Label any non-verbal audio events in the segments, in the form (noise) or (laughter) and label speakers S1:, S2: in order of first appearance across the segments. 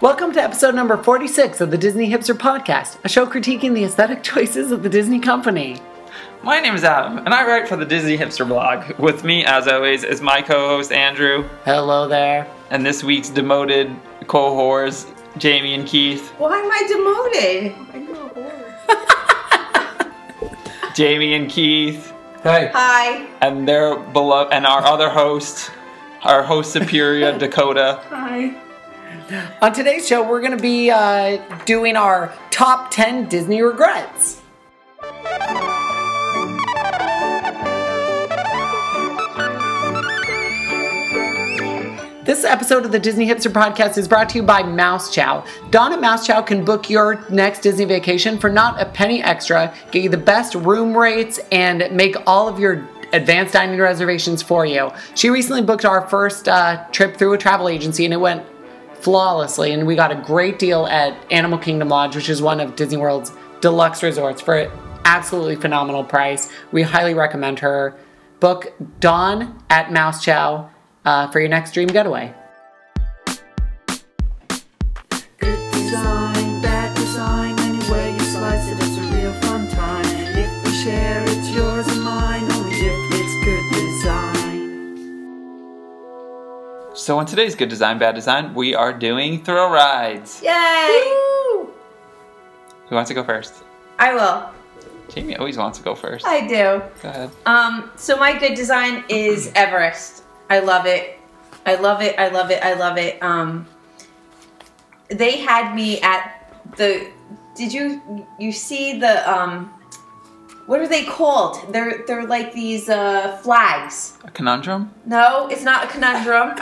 S1: Welcome to episode number 46 of the Disney Hipster Podcast, a show critiquing the aesthetic (laughs) choices of the Disney company.
S2: My name is Adam, and I write for the Disney Hipster blog. With me, as always, is my co host Andrew,
S1: Hello there.
S2: and this week's demoted co hosts, Jamie and Keith.
S3: Why am I demoted?
S2: Jamie and Keith,
S4: Hey,
S3: Hi.
S2: and their beloved, and our other host, our host superior, Dakota.
S3: Hi.
S1: On today's show, we're going to be uh, doing our top 10 Disney regrets. This episode of the Disney Hipster Podcast is brought to you by Mouse Chow. Dawn at Mouse Chow can book your next Disney vacation for not a penny extra, get you the best room rates, and make all of your advanced dining reservations for you. She recently booked our first uh, trip through a travel agency, and it went flawlessly, and we got a great deal at Animal Kingdom Lodge, which is one of Disney World's deluxe resorts for an absolutely phenomenal price. We highly recommend her. Book Dawn at Mouse Chow uh, for your next dream getaway.
S5: Good design, bad design, any way you slice it, it's a real fun time. If we share, it's yours and mine, only if it's good design.
S2: So, on today's Good Design, Bad Design, we are doing thrill rides.
S3: Yay.
S2: Who wants to go first?
S3: I will.
S2: Jamie always wants to go first.
S3: I do.
S2: Go ahead.
S3: Um, so my good design is Everest. I love it. I love it. I love it. I love it. Um, they had me at the. Did you you see the um, what are they called? They're they're like these uh, flags.
S2: A conundrum?
S3: No, it's not a (laughs) conundrum.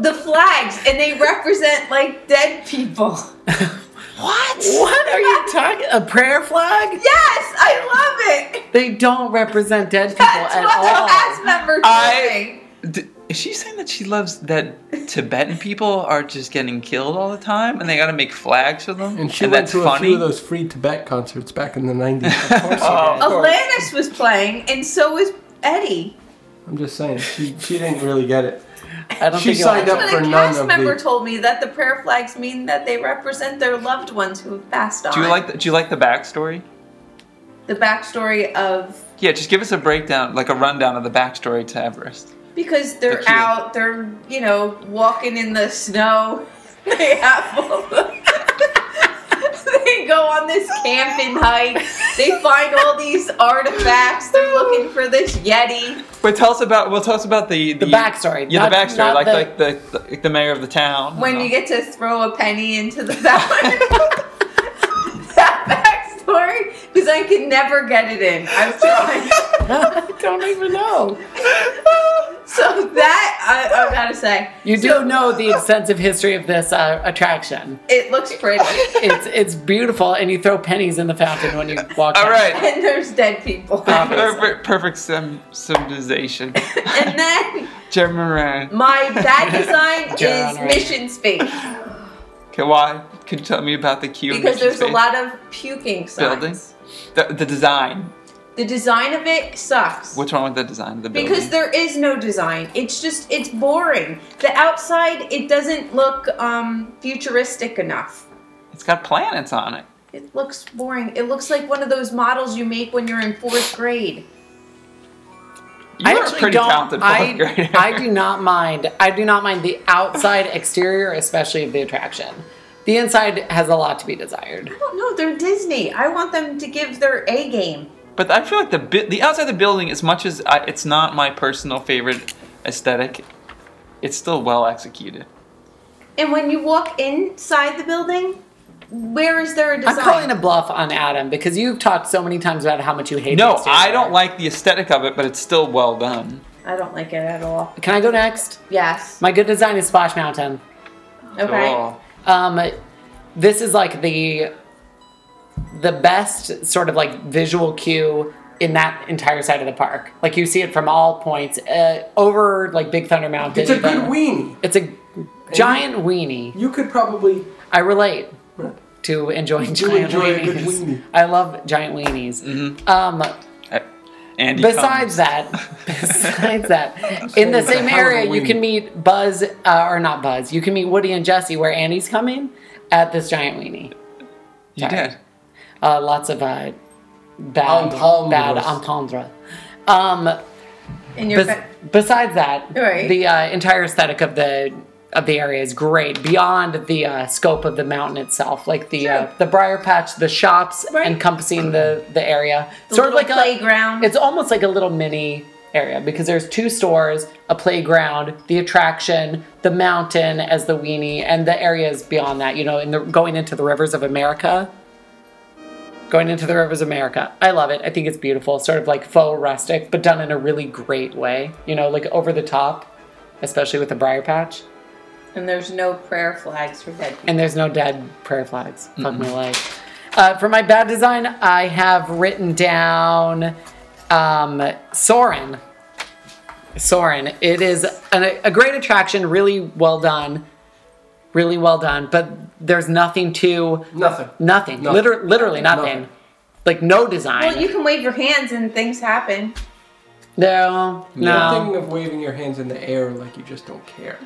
S3: the flags, and they represent like dead people.
S1: What? What are you talking? A prayer flag?
S3: Yes, I love it.
S1: They don't represent dead people
S3: That's
S1: at
S3: what
S1: all.
S3: the cast member told
S2: I-
S3: me.
S2: D- is she saying that she loves that Tibetan people are just getting killed all the time and they gotta make flags for them?
S4: and she went
S2: that's
S4: to a
S2: funny?
S4: few of those free Tibet concerts back in
S2: (laughs)
S4: the 90s.
S2: Oh,
S3: Alanis was playing, and so was Eddie.
S4: I'm just saying, she, she didn't really get it.
S1: I don't
S4: She
S1: think
S4: signed
S1: you'll-
S4: up.
S3: But
S4: for
S3: a
S4: none
S3: cast
S4: of the-
S3: member told me that the prayer flags mean that they represent their loved ones who have passed on.
S2: do you like the, do you like the backstory?
S3: the backstory of
S2: Yeah, just give us a breakdown, like a rundown of the backstory to Everest.
S3: because they're
S2: The kid.
S3: out, they're you know walking in the snow. (laughs) They have all the- they go on this camping hike. They find all these artifacts. They're looking for this yeti.
S2: But tell us about well, tell us about the the,
S1: backstory,
S2: Yeah, the
S1: not-
S2: backstory,
S1: not
S2: like
S1: the-
S2: like the, the like the mayor of the town.
S3: When
S2: know.
S3: you get to throw a penny into the (laughs) fountain. that backstory, because I could never get it in. I'm trying.
S1: (laughs) (laughs) I don't even know.
S3: So that I, I gotta say,
S1: You do know the extensive history of this uh, attraction.
S3: it looks pretty,
S1: It's it's beautiful, and you throw pennies in the fountain when you walk.
S2: (laughs) all
S1: out.
S3: (laughs)
S2: right,
S3: and there's dead people. (laughs)
S2: perfect, perfect sim, symbolization. (laughs)
S3: And then.
S2: Jim Moran.
S3: My bad design
S1: You're on
S3: is
S1: right.
S3: mission space
S2: Okay, why? Could you tell me about the queue?
S3: because there's a
S2: space?
S3: lot of puking signs.
S2: Building? The, the design.
S3: The design of it sucks.
S2: What's wrong with the design of the building?
S3: because there is no design. It's just it's boring. The outside it doesn't look um futuristic enough.
S2: It's got planets on it.
S3: It looks boring. It looks like one of those models you make when you're in fourth grade.
S2: You
S1: I
S2: are
S1: actually
S2: pretty
S1: don't-
S2: talented fourth
S1: I,
S2: grader. (laughs)
S1: I do not mind. I do not mind the outside exterior, especially of the attraction. The inside has a lot to be desired.
S3: I don't know. Oh, They're Disney. I want them to give their A game.
S2: But I feel like the bu- the outside of the building, as much as I, it's not my personal favorite aesthetic, it's still well executed.
S3: And when you walk inside the building, where is there a design?
S1: I'm calling a bluff on Adam because you've talked so many times about how much you hate. the
S2: No,
S1: exterior.
S2: I don't like the aesthetic of it, but it's still well done.
S3: I don't like it at all.
S1: Can I go next?
S3: Yes.
S1: My good design is Splash Mountain.
S3: okay.
S2: Cool.
S1: Um, this is like the the best sort of like visual cue in that entire side of the park. Like you see it from all points uh, over like Big Thunder Mountain.
S4: It's a good
S1: but-
S4: weenie.
S1: It's a giant weenie.
S4: You could probably.
S1: I relate to enjoying giant
S4: enjoy a
S1: weenies.
S4: good weenie. Mm-hmm.
S1: I love giant weenies. Um,
S2: I, Andy
S1: Besides
S2: comes.
S1: that,
S4: (laughs)
S1: besides that, in the
S4: it's a
S1: same
S4: hell of a
S1: area, you
S4: wing.
S1: can meet Buzz, uh, or not Buzz, you can meet Woody and Jesse where Andy's coming at this giant weenie.
S2: you
S1: sorry.
S2: did.
S1: Uh, lots of uh, bad,
S4: Entendres.
S1: bad entendre. Um,
S3: in your
S1: Bes-
S3: fa-
S1: besides that,
S3: Right.
S1: the uh, entire aesthetic of the of the area is great beyond the uh, scope of the mountain itself. Like the
S3: Sure.
S1: uh, the briar patch, the shops
S3: Right.
S1: encompassing the the area,
S3: The
S1: sort of like
S3: little playground.
S1: A, it's almost like a little mini area because there's two stores, a playground, the attraction, the mountain as the weenie, and the areas beyond that. You know, in the going into the rivers of America. Going into the Rivers of America. I love it. I think it's beautiful. Sort of like faux rustic, but done in a really great way. You know, like over the top, especially with the briar patch.
S3: and there's no prayer flags for dead people.
S1: And there's no dead prayer flags. Fuck my life. Uh, for my bad design, I have written down um, Soren. Soren. It is an, a great attraction, really well done. Really well done, but there's nothing to
S4: Nothing.
S1: Nothing.
S4: Nothing.
S1: Liter- literally nothing.
S4: Nothing.
S1: Like no design.
S3: Well, you can wave your hands and things happen.
S1: No,
S4: You're
S1: no.
S4: thinking of waving your hands in the air like you just don't care.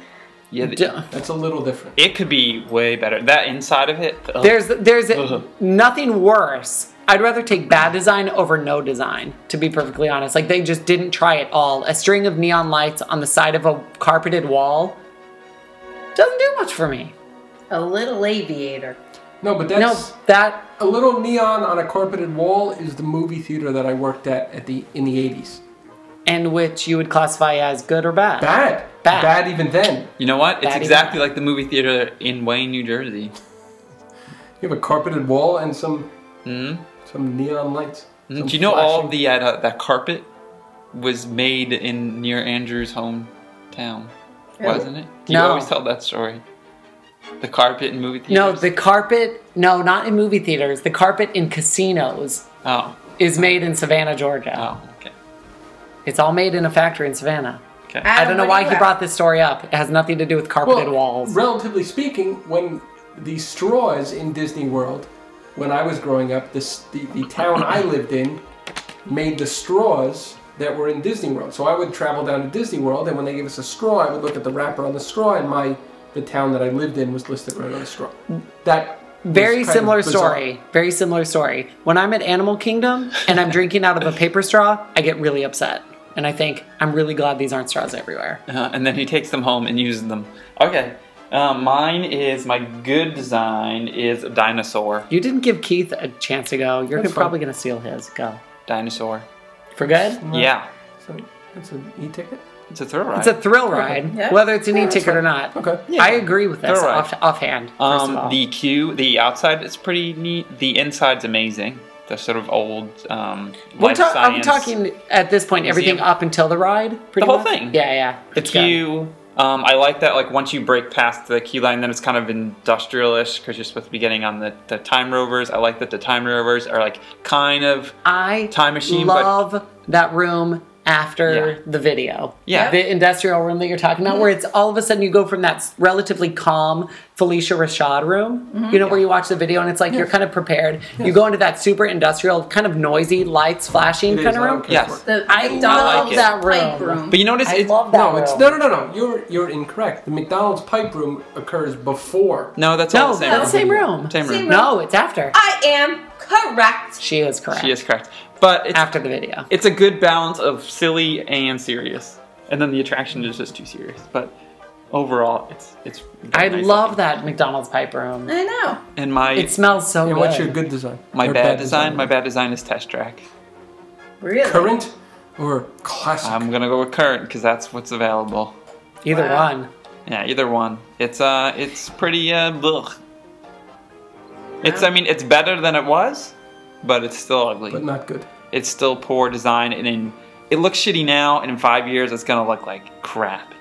S2: Yeah, th-
S1: D-
S4: That's a little different.
S2: it could be way better. That inside of it. uh, ugh.
S1: There's (laughs) there's
S2: Ugh.
S1: nothing worse. I'd rather take bad design over no design, to be perfectly honest. Like they just didn't try at all. A string of neon lights on the side of a carpeted wall doesn't do much for me.
S3: A little aviator.
S4: No, but that's
S1: no, that
S4: a little neon on a carpeted wall is the movie theater that I worked at at the in the 80s.
S1: and which you would classify as good or bad.
S4: Bad.
S1: Bad.
S4: Bad even then.
S2: You know what? It's
S1: That is-
S2: exactly like the movie theater in Wayne, New Jersey.
S4: You have a carpeted wall and some
S2: Mm.
S4: some neon lights.
S2: Hmm, Do you know all the uh, that- that carpet was made in near Andrew's hometown, wasn't it? You
S1: No.
S2: always tell that story. The carpet in movie
S1: No,
S2: theaters.
S1: the carpet no, not in movie theaters. The carpet in casinos
S2: oh,
S1: is made in Savannah, Georgia.
S2: oh, okay,
S1: It's all made in a factory in Savannah.
S2: okay.
S1: I don't know
S3: what do
S1: why
S3: you
S1: he
S3: have?
S1: brought this story up. It has nothing to do with carpeted walls.
S4: Relatively speaking, when the straws in Disney World, when I was growing up, this, the, the town
S1: (clears throat)
S4: I lived in made the straws that were in Disney World. So I would travel down to Disney World, and when they gave us a straw, I would look at the wrapper on the straw, and my the town that I lived in was listed right on the straw. That was
S1: Very
S4: kind of
S1: similar
S4: bizarre.
S1: story. Very similar story. When I'm at Animal Kingdom and I'm drinking out of a paper straw, I get really upset. And I think, I'm really glad these aren't straws everywhere.
S2: Uh, and then he takes them home and uses them. Okay. Um, mine is my good design is a dinosaur.
S1: You didn't give Keith a chance to go. You're
S4: That's fine.
S1: probably going to steal his. Go.
S2: Dinosaur.
S1: For good?
S2: Yeah,
S4: So that's an e-ticket.
S2: it's a thrill ride.
S1: It's a thrill ride,
S3: Yeah.
S1: whether it's an e ticket or not.
S4: Okay.
S1: I agree with this
S2: Thrill ride.
S1: off, offhand. First of all.
S2: Um, the queue, the outside is pretty neat. The inside's amazing. The sort of old um,
S1: We're
S2: life
S1: ta- I'm
S2: science.
S1: talking at this point, everything
S2: Museum.
S1: up until the ride. Pretty
S2: The whole
S1: much.
S2: thing.
S1: Yeah, yeah.
S2: the
S1: It's good.
S2: queue. Um, I like that. Like once you break past the queue line, then it's kind of industrialish because you're supposed to be getting on the, the time rovers. I like that the time rovers are like kind of
S1: I
S2: Time machine, but-
S1: Love that room after
S2: Yeah.
S1: the video.
S2: Yeah.
S1: the industrial room that you're talking about, where it's all of a sudden you go from that s- relatively calm Felicia Rashad room,
S2: Mm-hmm.
S1: you know, where you watch the video and it's like you're kind of prepared. You go into that super industrial, kind of noisy, lights flashing
S4: It
S1: kind
S4: is,
S1: of
S4: I don't
S1: room.
S4: care
S2: yes.
S4: for it.
S3: The
S1: I
S2: love
S3: McDonald's
S2: that
S3: pipe
S1: room.
S2: But you notice
S1: I
S2: it's
S1: love that.
S4: No, it's
S1: room.
S4: no, no, no, no. You're you're incorrect. The McDonald's pipe room occurs before.
S2: no, that's
S1: No,
S2: all the same.
S1: that's the same room.
S2: Same room.
S3: Same room.
S1: No, it's after.
S3: I am correct.
S1: She is correct.
S2: She is correct, but it's
S1: after the video.
S2: it's a good balance of silly and serious, and then the attraction is just too serious. But overall, it's it's.
S1: I
S2: very nice
S1: love
S2: looking.
S1: that McDonald's pipe room.
S3: I know.
S2: And my
S1: It smells so
S4: And
S1: good.
S4: what's your good design?
S2: my
S4: Your
S2: bad, design, my bad design is test track.
S3: Really?
S4: Current or classic?
S2: I'm gonna go with current because that's what's available.
S1: Either
S3: Wow.
S1: one.
S2: Yeah, either one. It's uh, it's pretty uh, blech. It's I mean, it's better than it was, but it's still ugly.
S4: but not good.
S2: it's still poor design, and in, it looks shitty now. And in five years, it's gonna look like crap.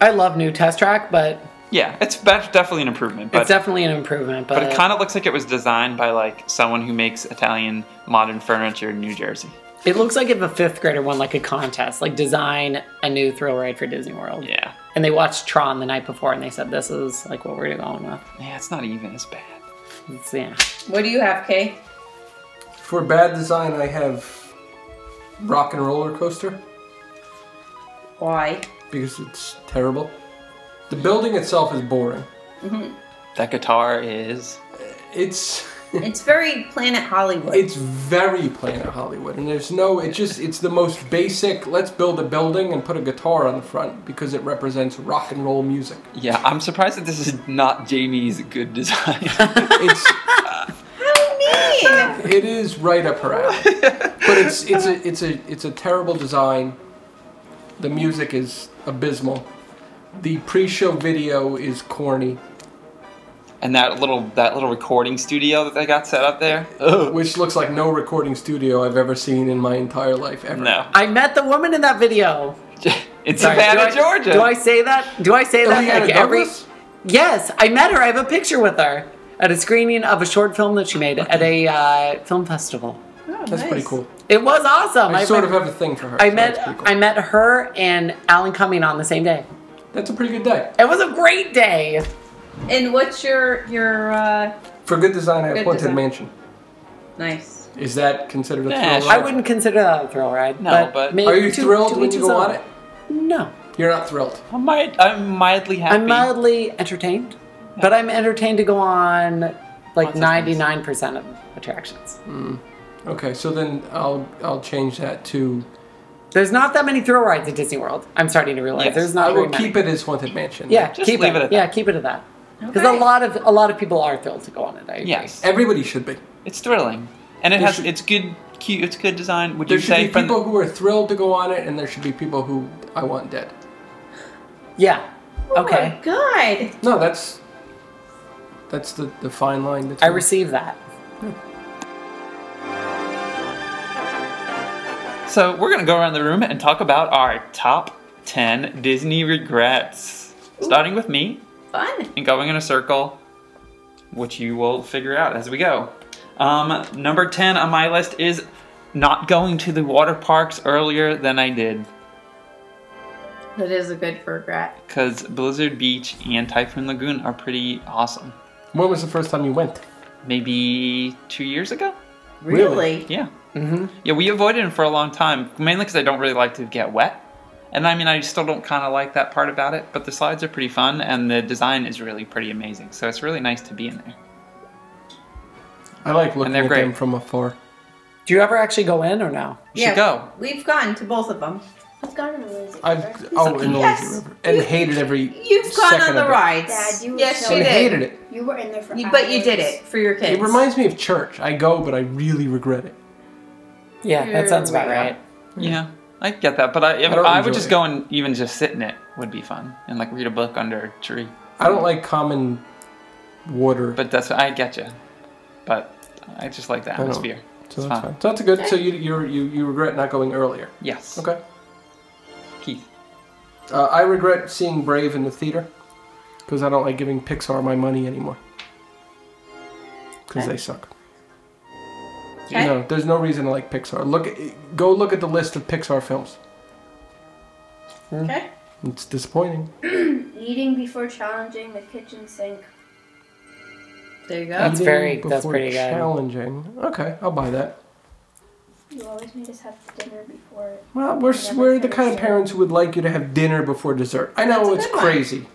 S1: I love new test track, but
S2: Yeah, it's bet- definitely an improvement, but
S1: it's uh, definitely an improvement. But,
S2: but it kind of looks like it was designed by like someone who makes Italian modern furniture in New Jersey.
S1: It looks like if a fifth grader won like a contest, like design a new thrill ride for Disney World.
S2: Yeah,
S1: And they watched Tron the night before and they said, this is like what we're going with.
S2: yeah, it's not even as bad.
S1: It's, yeah.
S3: What do you have, Kay?
S4: For bad design, I have Rock and Roller Coaster
S3: Why?
S4: because it's terrible. The building itself is boring.
S2: That guitar is.
S4: It's
S3: (laughs) It's very Planet Hollywood.
S4: it's very Planet Hollywood, and there's no. It just it's the most basic. Let's build a building and put a guitar on the front because it represents rock and roll music.
S2: Yeah, I'm surprised that this is not Jamie's good design.
S4: It's
S3: How mean!
S4: it is right up her alley, but it's it's a it's a it's a terrible design. The music is abysmal. The pre-show video is corny,
S2: and that little that little recording studio that they got set up there. Ugh.
S4: which looks like no recording studio I've ever seen in my entire life ever.
S2: No, (laughs)
S1: I met the woman in that video.
S2: in
S1: Sorry, do
S2: Savannah,
S1: I-
S2: Georgia.
S1: Do I say that? Do I say that
S4: Leanna
S1: like every?
S4: Oh, Douglas?
S1: Yes, I met her. I have a picture with her at a screening of a short film that she made at a uh, film festival.
S6: Oh,
S4: That's pretty cool.
S1: It was awesome.
S4: I, sort
S1: met,
S4: of have a thing for her.
S1: I
S4: so
S1: met
S4: that's pretty cool.
S1: I met her and Alan Cumming on the same day.
S4: That's a pretty good day.
S1: It was a great day.
S3: And what's your your uh
S4: For good design, I
S3: Good
S4: appointed
S3: design.
S4: mansion.
S3: nice.
S4: Is that considered a
S2: Nah,
S4: thrill?
S2: sure.
S1: I
S4: ride?
S1: wouldn't consider that a thrill ride.
S2: No, but-
S1: maybe
S4: Are you
S1: to-
S4: thrilled
S1: to
S4: when
S1: each
S4: you
S1: his
S4: go
S1: own.
S4: on it?
S1: No,
S4: You're not thrilled.
S2: I'm, mild, I'm mildly happy.
S1: I'm mildly entertained, but I'm entertained to go on like
S2: Lots of things.
S1: 99% of attractions.
S4: Okay, so then I'll I'll change that to
S1: There's not that many thrill rides at Disney World. I'm starting to realize
S2: Yes.
S1: there's
S4: I
S1: not.
S4: will
S1: very many.
S4: keep it as haunted mansion.
S1: Yeah,
S2: Just
S1: keep
S2: leave
S1: it.
S2: it at
S1: yeah,
S2: that.
S1: keep it at that. Because
S3: Okay.
S1: a lot of a lot of people are thrilled to go on it. I agree.
S2: Yes,
S4: Everybody should be.
S2: it's thrilling, and it
S4: There
S2: has
S4: should-
S2: it's good. Cute, it's good design. Would
S4: There
S2: you
S4: should
S2: say
S4: be
S2: from the-
S4: people who are thrilled to go on it, and there should be people who I want dead.
S1: Yeah.
S3: Oh my
S1: Okay.
S3: god.
S4: No, that's that's the, the fine line. That's
S1: I receive that.
S2: So we're gonna go around the room and talk about our top ten Disney regrets, starting with me
S3: Fun.
S2: and going in a circle, which you will figure out as we go. Um, number ten on my list is not going to the water parks earlier than I did,
S3: That is a good regret.
S2: because Blizzard Beach and Typhoon Lagoon are pretty awesome.
S4: When was the first time you went?
S2: Maybe two years ago.
S3: Really?
S2: Yeah. Mm-hmm. Yeah, we avoided him for a long time, mainly because I don't really like to get wet. And I mean, I still don't kind of like that part about it, but the slides are pretty fun and the design is really pretty amazing. So it's really nice to be in there.
S4: I like looking
S2: they're
S4: at them
S2: great.
S4: from afar.
S1: Do you ever actually go in or no?
S2: You should go.
S3: We've gone to both of them.
S6: I've gone to the lazy
S4: I've
S6: river.
S4: oh, in the
S3: Yes.
S4: lazy river, and hated every.
S3: You've gone
S4: second
S3: on the
S4: of it.
S3: rides.
S6: Dad, you were
S3: yes,
S6: so-
S3: she
S4: And
S6: You
S3: did.
S4: hated it.
S6: You were in there for
S3: You- but you did
S6: hours.
S3: it for your kids.
S4: It reminds me of church. I go, but I really regret it.
S1: Yeah, that sounds about
S3: Yeah.
S1: right.
S2: Yeah, I get that. But I, if,
S4: I
S2: I,
S4: don't
S2: would
S4: enjoy
S2: just
S4: it.
S2: go and even just sit in it would be fun and like read a book under a tree.
S4: I don't like common water.
S2: But that's, I get you. But I just like the
S4: know.
S2: atmosphere.
S4: so
S2: it's
S4: that's
S2: fine.
S4: fine. So that's a good. So you you you you regret not going earlier.
S2: Yes.
S4: Okay.
S2: Keith.
S4: Uh, I regret seeing Brave in the theater because I don't like giving Pixar my money anymore because they suck.
S3: Okay.
S4: No, there's no reason to like Pixar. Look, at, go look at the list of Pixar films.
S3: Okay.
S4: It's disappointing.
S6: Eating before challenging the kitchen sink.
S3: There you go.
S1: That's
S4: Eating
S1: very- that's
S4: before
S1: pretty good.
S4: challenging. Okay, I'll buy that.
S6: You always made us have dinner before.
S4: Well, we're
S6: Never
S4: we're the kind of
S6: finished.
S4: parents who would like you to have dinner before dessert. I know
S3: That's a
S4: it's
S3: good one.
S4: crazy.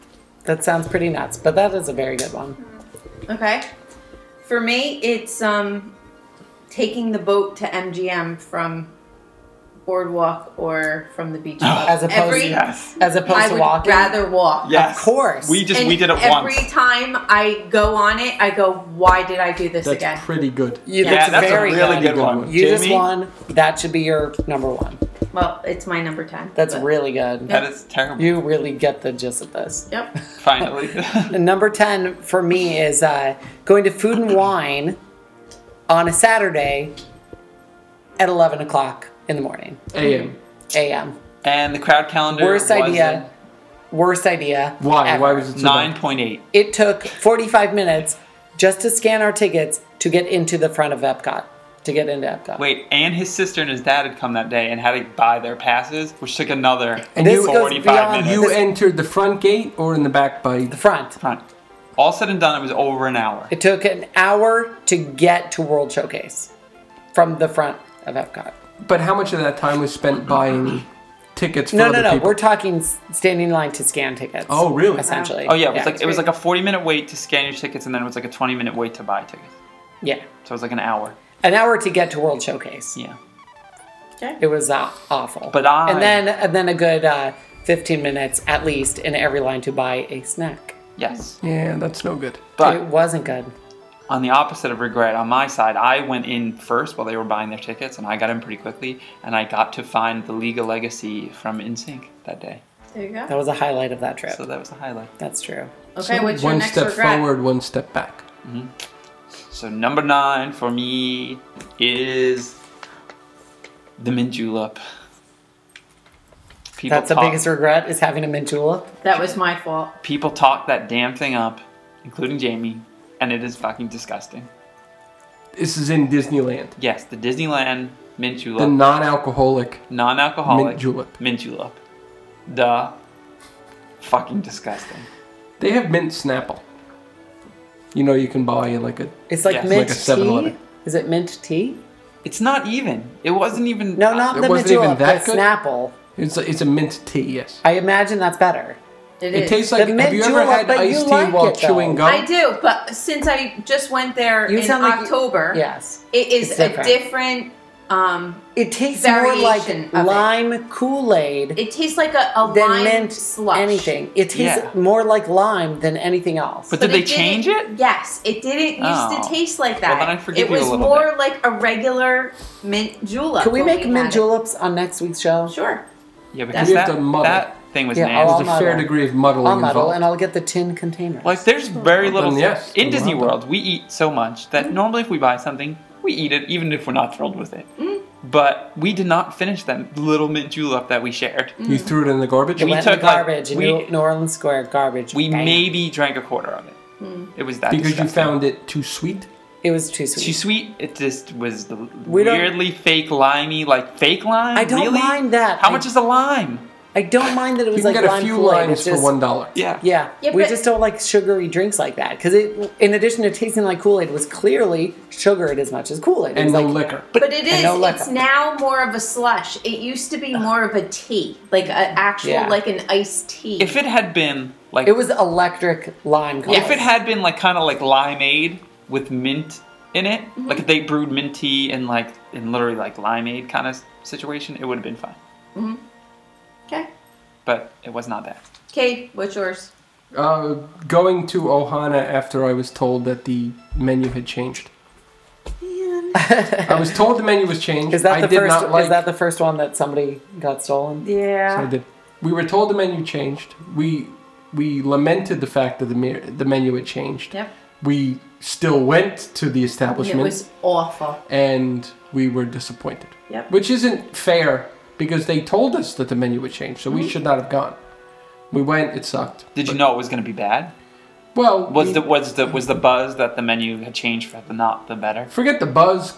S1: That sounds pretty nuts, but that is a very good one.
S3: Okay. For me, it's um taking the boat to MGM from Boardwalk or from the beach. club.
S1: (laughs) As opposed-
S3: every,
S2: Yes.
S1: As opposed
S3: I
S1: to
S3: would
S1: walking.
S3: rather walk.
S2: Yes.
S1: course.
S2: We just,
S3: And
S2: we did it
S3: every
S2: once.
S3: time I go on it, I go, "Why did I do this
S4: That's
S3: again?"
S4: pretty good.
S1: You-
S3: Yeah,
S2: yeah,
S1: that's,
S2: that's a
S1: very
S2: really
S1: good.
S2: good, one.
S1: You just
S2: Jamie?
S1: won. That should be your number one.
S3: well, it's my number ten.
S1: That's
S3: but-
S1: really good.
S2: That is terrible.
S1: You really get the gist of this.
S3: Yep.
S2: Finally.
S1: And number 10 for me is uh, going to Food and Wine on a Saturday at 11 o'clock in the morning,
S4: A.M.
S1: a.m.
S2: and the crowd calendar
S1: Worst
S2: was
S1: idea. Worst idea.
S4: Why?
S1: ever.
S4: Why was it so bad?
S2: 9.8.
S1: It took 45 minutes just to scan our tickets to get into the front of Epcot, to get into Epcot.
S2: Wait, and his sister and his dad had come that day and had to buy their passes, which took another
S4: And
S1: This
S4: you-
S1: goes
S2: 45
S1: beyond
S2: minutes.
S4: You
S1: This-
S4: entered the front gate or in the back by
S1: The front.
S2: Fine. All said and done, it was over an hour.
S1: It took an hour to get to World Showcase from the front of Epcot.
S4: But how much of that time was spent buying tickets for
S1: No,
S4: other
S1: no, no.
S4: people?
S1: We're talking s- standing in line to scan tickets.
S4: Oh, really?
S1: Essentially.
S2: Oh yeah, it was like
S3: it's
S2: it was
S3: great.
S2: like a forty minute wait to scan your tickets, and then it was like a twenty minute wait to buy tickets.
S1: yeah,
S2: So it was like an hour.
S1: an hour to get to World Showcase.
S2: Yeah.
S1: (laughs) It was uh, awful.
S2: But I-
S1: and then and then a good uh, fifteen minutes at least in every line to buy a snack.
S2: Yes.
S4: yeah, that's no good.
S1: it
S2: But
S1: wasn't good.
S2: on the opposite of regret, on my side, I went in first while they were buying their tickets, and I got in pretty quickly, and I got to find the League of Legacy from InSync that day.
S3: There you go.
S1: That was a highlight of that trip.
S2: So that was the highlight.
S1: That's true.
S3: Okay, what's
S4: one
S3: your next
S4: step
S3: regret?
S4: forward, one step back.
S2: So number nine for me is the mint julep. People
S1: That's the
S2: talk-
S1: biggest regret is having a mint julep.
S3: That was my fault.
S2: People talk that damn thing up, including Jamie, and it is fucking disgusting.
S4: This is in Disneyland.
S2: Yes, the Disneyland mint julep,
S4: The non-alcoholic.
S2: non-alcoholic
S4: Mint julep.
S2: Mint julep, the fucking disgusting.
S4: They have mint Snapple. You know, you can buy in like a.
S1: It's like
S2: Yes. Like
S1: mint
S4: a 7-Eleven.
S1: tea. Is it mint tea?
S2: It's not even. It wasn't even.
S1: No, not
S4: It
S1: the mint
S4: wasn't even
S1: julep.
S4: that
S1: the
S4: good?
S1: Snapple.
S4: It's a, it's a mint tea. Yes.
S1: I imagine that's better.
S3: It,
S4: It
S3: is.
S4: tastes
S1: The
S4: like.
S1: mint
S4: Have you ever
S1: julep,
S4: had
S1: but you
S4: iced tea
S1: like
S4: while
S1: it, though.
S4: chewing gum?
S3: I do, but since I just went there
S1: You
S3: in
S1: sound like you-
S3: October,
S1: Yes.
S3: it is
S1: It's
S3: a
S1: different.
S3: different. Um,
S1: It tastes
S3: Variation
S1: more
S3: of
S1: like
S3: it.
S1: lime Kool Aid
S3: it tastes like a, a
S1: than
S3: lime
S1: mint
S3: slush.
S1: anything. It tastes
S2: Yeah.
S1: more like lime than anything else.
S2: But- Did they change
S3: didn't- Yes, it didn't used
S2: Oh.
S3: to taste
S2: Well,
S3: like that.
S2: then I forgive
S3: it
S2: you a
S3: was
S2: little
S3: more
S2: bit.
S3: like a regular mint julep.
S1: Can we
S3: when
S1: make mint
S3: had it.
S1: juleps on next week's show?
S3: Sure.
S2: Yeah, because
S4: We
S2: that,
S4: have to muddle.
S2: that thing was
S1: Yeah,
S2: nasty.
S1: I'll-
S4: There's a fair
S1: muddle.
S4: degree of muddling
S1: I'll muddle
S4: involved.
S1: and I'll get the tin container.
S2: Like, there's very
S4: Well,
S2: little.
S4: then yes,
S2: in
S4: then
S2: Disney
S4: we'll have
S2: World, we eat so much that normally if we buy something, we eat it even if we're not thrilled with it.
S1: Mm.
S2: But we did not finish that little mint julep that we shared.
S1: Mm.
S4: you threw it in the garbage.
S1: it
S2: we
S1: went in
S2: took,
S1: the
S2: like,
S1: garbage in
S2: we-
S1: New, New Orleans Square garbage.
S2: We
S1: Bang.
S2: maybe drank a quarter of it.
S1: Mm.
S2: It was that
S4: because you
S2: disgusting.
S4: found it too sweet.
S1: it was too sweet.
S2: too sweet. It just was the
S1: We don't-
S2: weirdly fake limey, like fake lime.
S1: I don't
S2: really?
S1: mind that.
S2: How
S1: I-
S2: much is a lime?
S1: I don't mind that it was
S4: You can
S1: like
S4: get a
S1: lime
S4: few
S1: Kool-Aid.
S4: limes
S1: It's
S4: for
S1: just-
S4: one dollar.
S2: Yeah.
S1: Yeah,
S3: Yeah,
S1: we
S3: but-
S1: just don't like sugary drinks like that because it, in addition to tasting like Kool Aid, was clearly sugared as much as Kool Aid.
S4: And no
S1: like,
S4: liquor.
S3: But, it is.
S1: no liquor.
S3: it's now more of a slush. It used to be more of a tea, like an actual,
S1: Yeah.
S3: like an iced tea.
S2: If it had been like
S1: It was electric lime. Color.
S2: If it had been like kind of like limeade with mint in it,
S1: Mm-hmm.
S2: like if they brewed mint tea and like in literally like limeade kind of situation, it would have been fine.
S3: okay,
S2: But it was not that.
S3: Kate, what's yours?
S4: Uh, going to Ohana after I was told that the menu had changed. I was told the menu was changed.
S1: is that
S4: I
S1: the
S4: did
S1: first?
S4: not like
S1: is that the first one that somebody got stolen?
S4: I
S3: Yeah.
S4: did. We were told the menu changed. We we lamented the fact that the me- the menu had changed.
S3: Yep.
S4: We still went to the
S3: It
S4: establishment
S3: was awful.
S4: and we were disappointed.
S3: Yep.
S4: Which isn't fair because they told us that the menu would change, so
S3: Mm-hmm.
S4: we should not have gone. We went. It sucked.
S2: Did you know it was going to be bad?
S4: Well,
S2: Was
S4: we-
S2: the was the was the buzz that the menu had changed for the not the better?
S4: forget the buzz.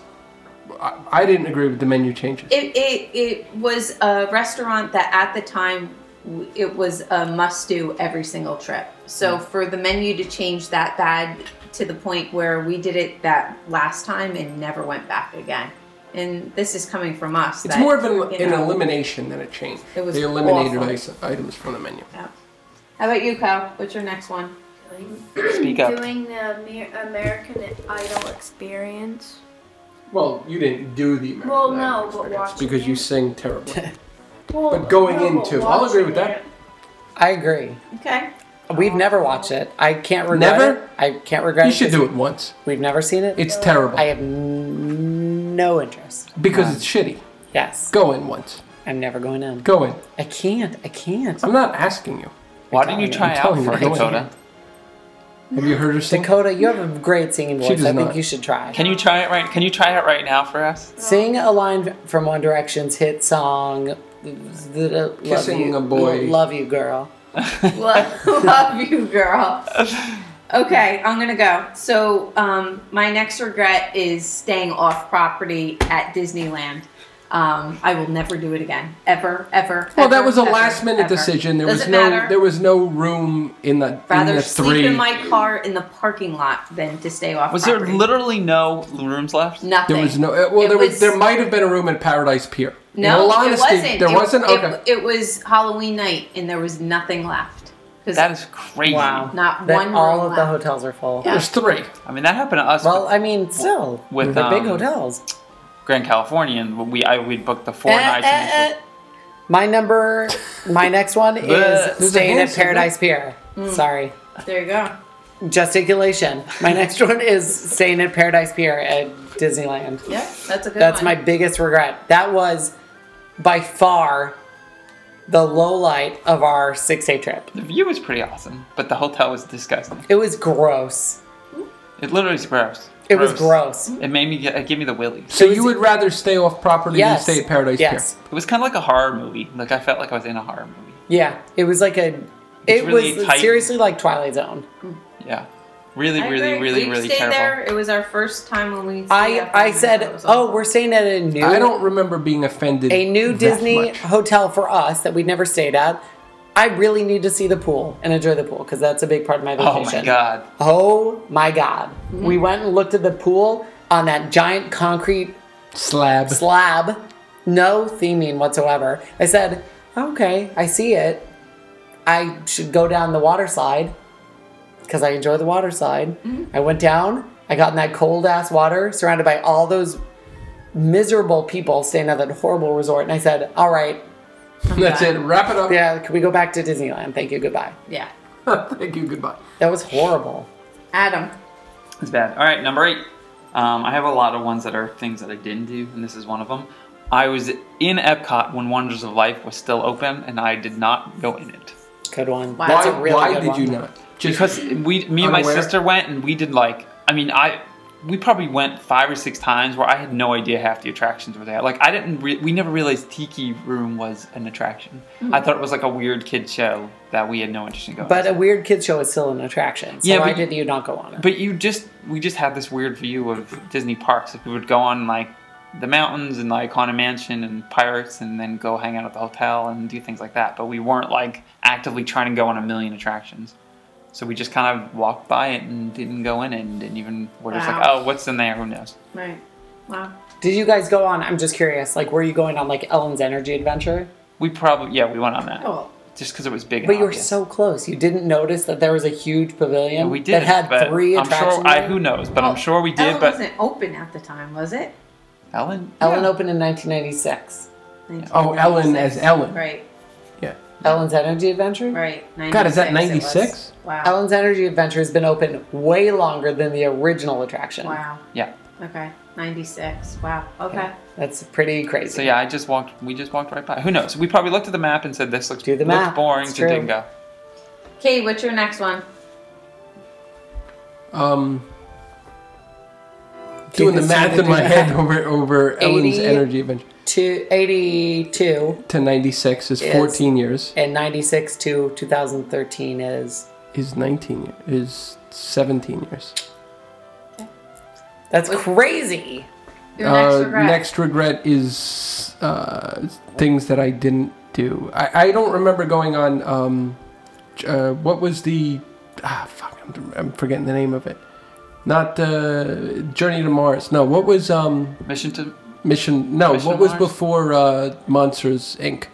S4: I, I didn't agree with the menu changes.
S3: It, it it was a restaurant that at the time w- it was a must do every single trip. So for the menu to change that bad to the point where we did it that last time and never went back again. And this is coming from us.
S4: It's
S3: that,
S4: more of an,
S3: you
S4: an
S3: know-
S4: elimination than a change.
S3: It was
S4: they eliminated
S3: awful.
S4: ice, items from the menu.
S3: Yeah. How about you, Kyle? What's your next one?
S2: Speak up.
S6: Doing the Amer- American Idol experience.
S4: Well, you didn't do the American
S6: Well,
S4: Idol
S6: no, but
S4: experience
S6: watching
S4: because you
S6: it.
S4: sing
S1: (laughs)
S4: terribly.
S6: Well,
S4: But going into- I'll agree with that.
S1: I agree.
S3: Okay.
S1: We've never watched it. I can't regret
S4: Never?
S1: it. I can't regret
S4: you
S1: it.
S4: should do it once.
S1: We've never seen it.
S4: It's terrible
S1: I uh, have n- no interest.
S4: because it's shitty.
S1: Yes,
S4: Go in once.
S1: I'm never going in.
S4: Go in.
S1: I can't. I can't.
S4: I'm not asking you.
S2: Why didn't you try out
S4: telling you,
S2: for it,
S4: go ahead.
S2: Dakota?
S4: Have you heard her sing?
S1: Dakota, you have a great singing voice.
S4: does
S1: I think
S4: not.
S1: you should try.
S2: Can you try it right? Can you try it right now
S1: (laughs)
S2: for us?
S1: Sing a line from One Direction's hit song. the- love
S4: Kissing
S1: you-
S4: a boy.
S1: Love you, girl.
S3: Love, (laughs) love you, girl. Okay, I'm gonna go. So, um, my next regret is staying off property at Disneyland. Um, I will never do it again, ever, ever.
S4: Well,
S3: ever,
S4: that was a
S3: ever,
S4: last minute
S3: ever.
S4: decision. There
S3: Does
S4: was
S3: it
S4: no
S3: matter?
S4: there was no room in the in
S3: Rather
S4: the
S3: sleep
S4: three.
S3: in my car in the parking lot than to stay off.
S2: Was there
S3: property.
S2: literally no rooms left?
S3: nothing?
S4: there was no uh, well
S3: It
S4: there was,
S3: was-
S4: there might have been a room at Paradise Pier. In
S3: No,
S4: all
S3: it
S4: honesty,
S3: wasn't.
S4: there
S3: It-
S4: wasn't
S3: It,
S4: okay.
S3: it was Halloween night, and there was nothing left. 'Cause
S2: That is crazy.
S1: Wow.
S3: Not
S1: That
S3: one
S1: All
S3: room
S1: of the
S3: left.
S1: hotels are full.
S3: Yeah.
S4: There's three.
S2: I mean, that happened to us
S1: Well,
S2: with
S1: I mean, still
S2: With,
S1: the big
S2: um,
S1: hotels.
S2: Grand Californian. We I we booked the four
S1: Eh,
S2: nights.
S1: eh,
S2: initially.
S1: eh. My number, my next
S2: (laughs)
S1: one is
S2: There's a Mm.
S1: staying
S4: whole
S1: at Paradise Pier. Sorry,
S3: There you go.
S1: gesticulation.
S2: (laughs)
S1: My next one is staying at Paradise Pier at Disneyland.
S3: Yeah, that's a good.
S1: That's
S3: one.
S1: my biggest regret. That was by far the low light of our six day trip.
S2: The view was pretty awesome, but the hotel was disgusting.
S1: It was gross.
S2: It literally was gross.
S1: It was gross.
S2: It made me get, it gave me the willies.
S4: So you would rather stay off property
S1: Yes.
S4: than stay at Paradise
S1: yes.
S2: It was kind of like a horror movie. Like I felt like I was in a horror movie.
S1: Yeah. It was like a.
S2: It's
S1: It
S2: really
S1: was
S2: tight.
S1: seriously like Twilight Zone.
S2: Yeah, really,
S3: I
S2: really,
S3: agree.
S2: really,
S3: we
S2: really
S3: stayed
S2: terrible.
S3: there. It was our first time when we. stayed
S1: I
S3: up
S1: I
S3: in
S1: said,
S3: Arizona.
S1: oh, we're staying at a new
S4: Pier. I don't remember being offended.
S1: a new
S4: that
S1: Disney
S4: much.
S1: hotel for us that we'd never stayed at. I really need to see the pool and enjoy the pool because that's a big part of my
S2: oh
S1: vacation.
S2: my god.
S1: Oh my god. We went and looked at the pool on that giant concrete
S4: slab.
S1: slab, no theming whatsoever. I said, okay, I see it. I should go down the water slide because I enjoy the water slide.
S2: Mm-hmm.
S1: I went down, I got in that cold ass water surrounded by all those miserable people staying at that horrible resort. And I said, all right,
S4: (laughs) That's it. Wrap it up.
S1: yeah, can we go back to Disneyland? Thank you, goodbye.
S3: Yeah,
S4: (laughs) Thank you. Goodbye.
S1: That was horrible.
S3: Adam.
S2: It's bad. All right, number eight. Um, I have a lot of ones that are things that I didn't do, and this is one of them. I was in Epcot when Wonders of Life was still open, and I did not go in it
S1: Good one.
S3: Why-
S1: That's
S4: Why,
S1: a really
S4: why
S1: good
S4: did
S1: one.
S4: you not? Just
S2: because we, me and my
S4: Unaware?
S2: sister went, and we did like, I mean, I, we probably went five or six times where I had no idea half the attractions were there. Like, I didn't, re- we never realized Tiki Room was an attraction.
S4: Mm.
S2: I thought it was like a weird kid show that we had no interest in going.
S1: But
S2: to.
S1: a weird kids show is still an attraction. So
S2: Yeah,
S1: why
S2: but-
S1: did you not go on it?
S2: But you just we just had this weird view of Disney parks. Like we would go on like the mountains and like Haunted Mansion and Pirates, and then go hang out at the hotel and do things like that. But we weren't like actively trying to go on a million attractions. So we just kind of walked by it and didn't go in and didn't even. We're just like,
S3: Wow.
S2: oh, what's in there? Who knows?
S3: Right. Wow.
S1: Did you guys go on? I'm just curious. Like, were you going on like Ellen's Energy Adventure?
S2: We probably yeah we went on that
S3: Oh.
S2: just because it was big. and
S1: But you were
S2: obvious.
S1: so close. You didn't notice that there was a huge pavilion
S2: Yeah, we did.
S1: that had
S2: but
S1: three
S2: I'm
S1: attractions.
S2: sure. I,
S1: in it?
S2: who knows? But I'm
S3: Well,
S2: sure we did.
S3: Oh, Ellen
S2: but
S3: wasn't open at the time, was it?
S2: Ellen.
S1: Ellen
S2: yeah.
S1: opened in 1996.
S4: Oh, Ellen as
S3: 1996.
S4: Ellen.
S3: Right.
S4: yeah.
S1: Ellen's Energy Adventure.
S3: Right.
S4: God, is
S3: 96
S4: that
S3: it was.
S4: 96?
S3: Wow.
S1: Ellen's Energy Adventure has been open way longer than the original attraction.
S3: Wow.
S2: Yeah.
S3: Okay. 96. Wow. Okay.
S1: That's pretty crazy.
S2: So yeah, I just walked. We just walked right by. Who knows? We probably looked at the map and said this looks
S1: Do the
S2: looks
S1: map.
S2: boring
S1: It's
S2: to
S1: true.
S2: Dingo.
S3: Katie, what's your next one?
S4: Um, doing the
S1: Because
S4: math
S1: you (laughs)
S4: in my
S1: did
S4: head
S1: that.
S4: over over Ellen's
S1: 80.
S4: energy adventure
S1: To 82
S4: to 96 is
S1: Yes.
S4: 14 years.
S1: and 96 to 2013 is
S4: Is 19 years. Is 17 years.
S1: that's crazy.
S3: Your next regret.
S4: Uh, next regret is uh, things that I didn't do. I, I don't remember going on. Um, j- uh, what was the? Ah, fuck! I'm, I'm forgetting the name of it. Not uh, Journey to Mars. No, what was um,
S2: Mission to
S4: Mission? No,
S2: Mission
S4: what was
S2: Mars?
S4: before uh, Monsters Inc.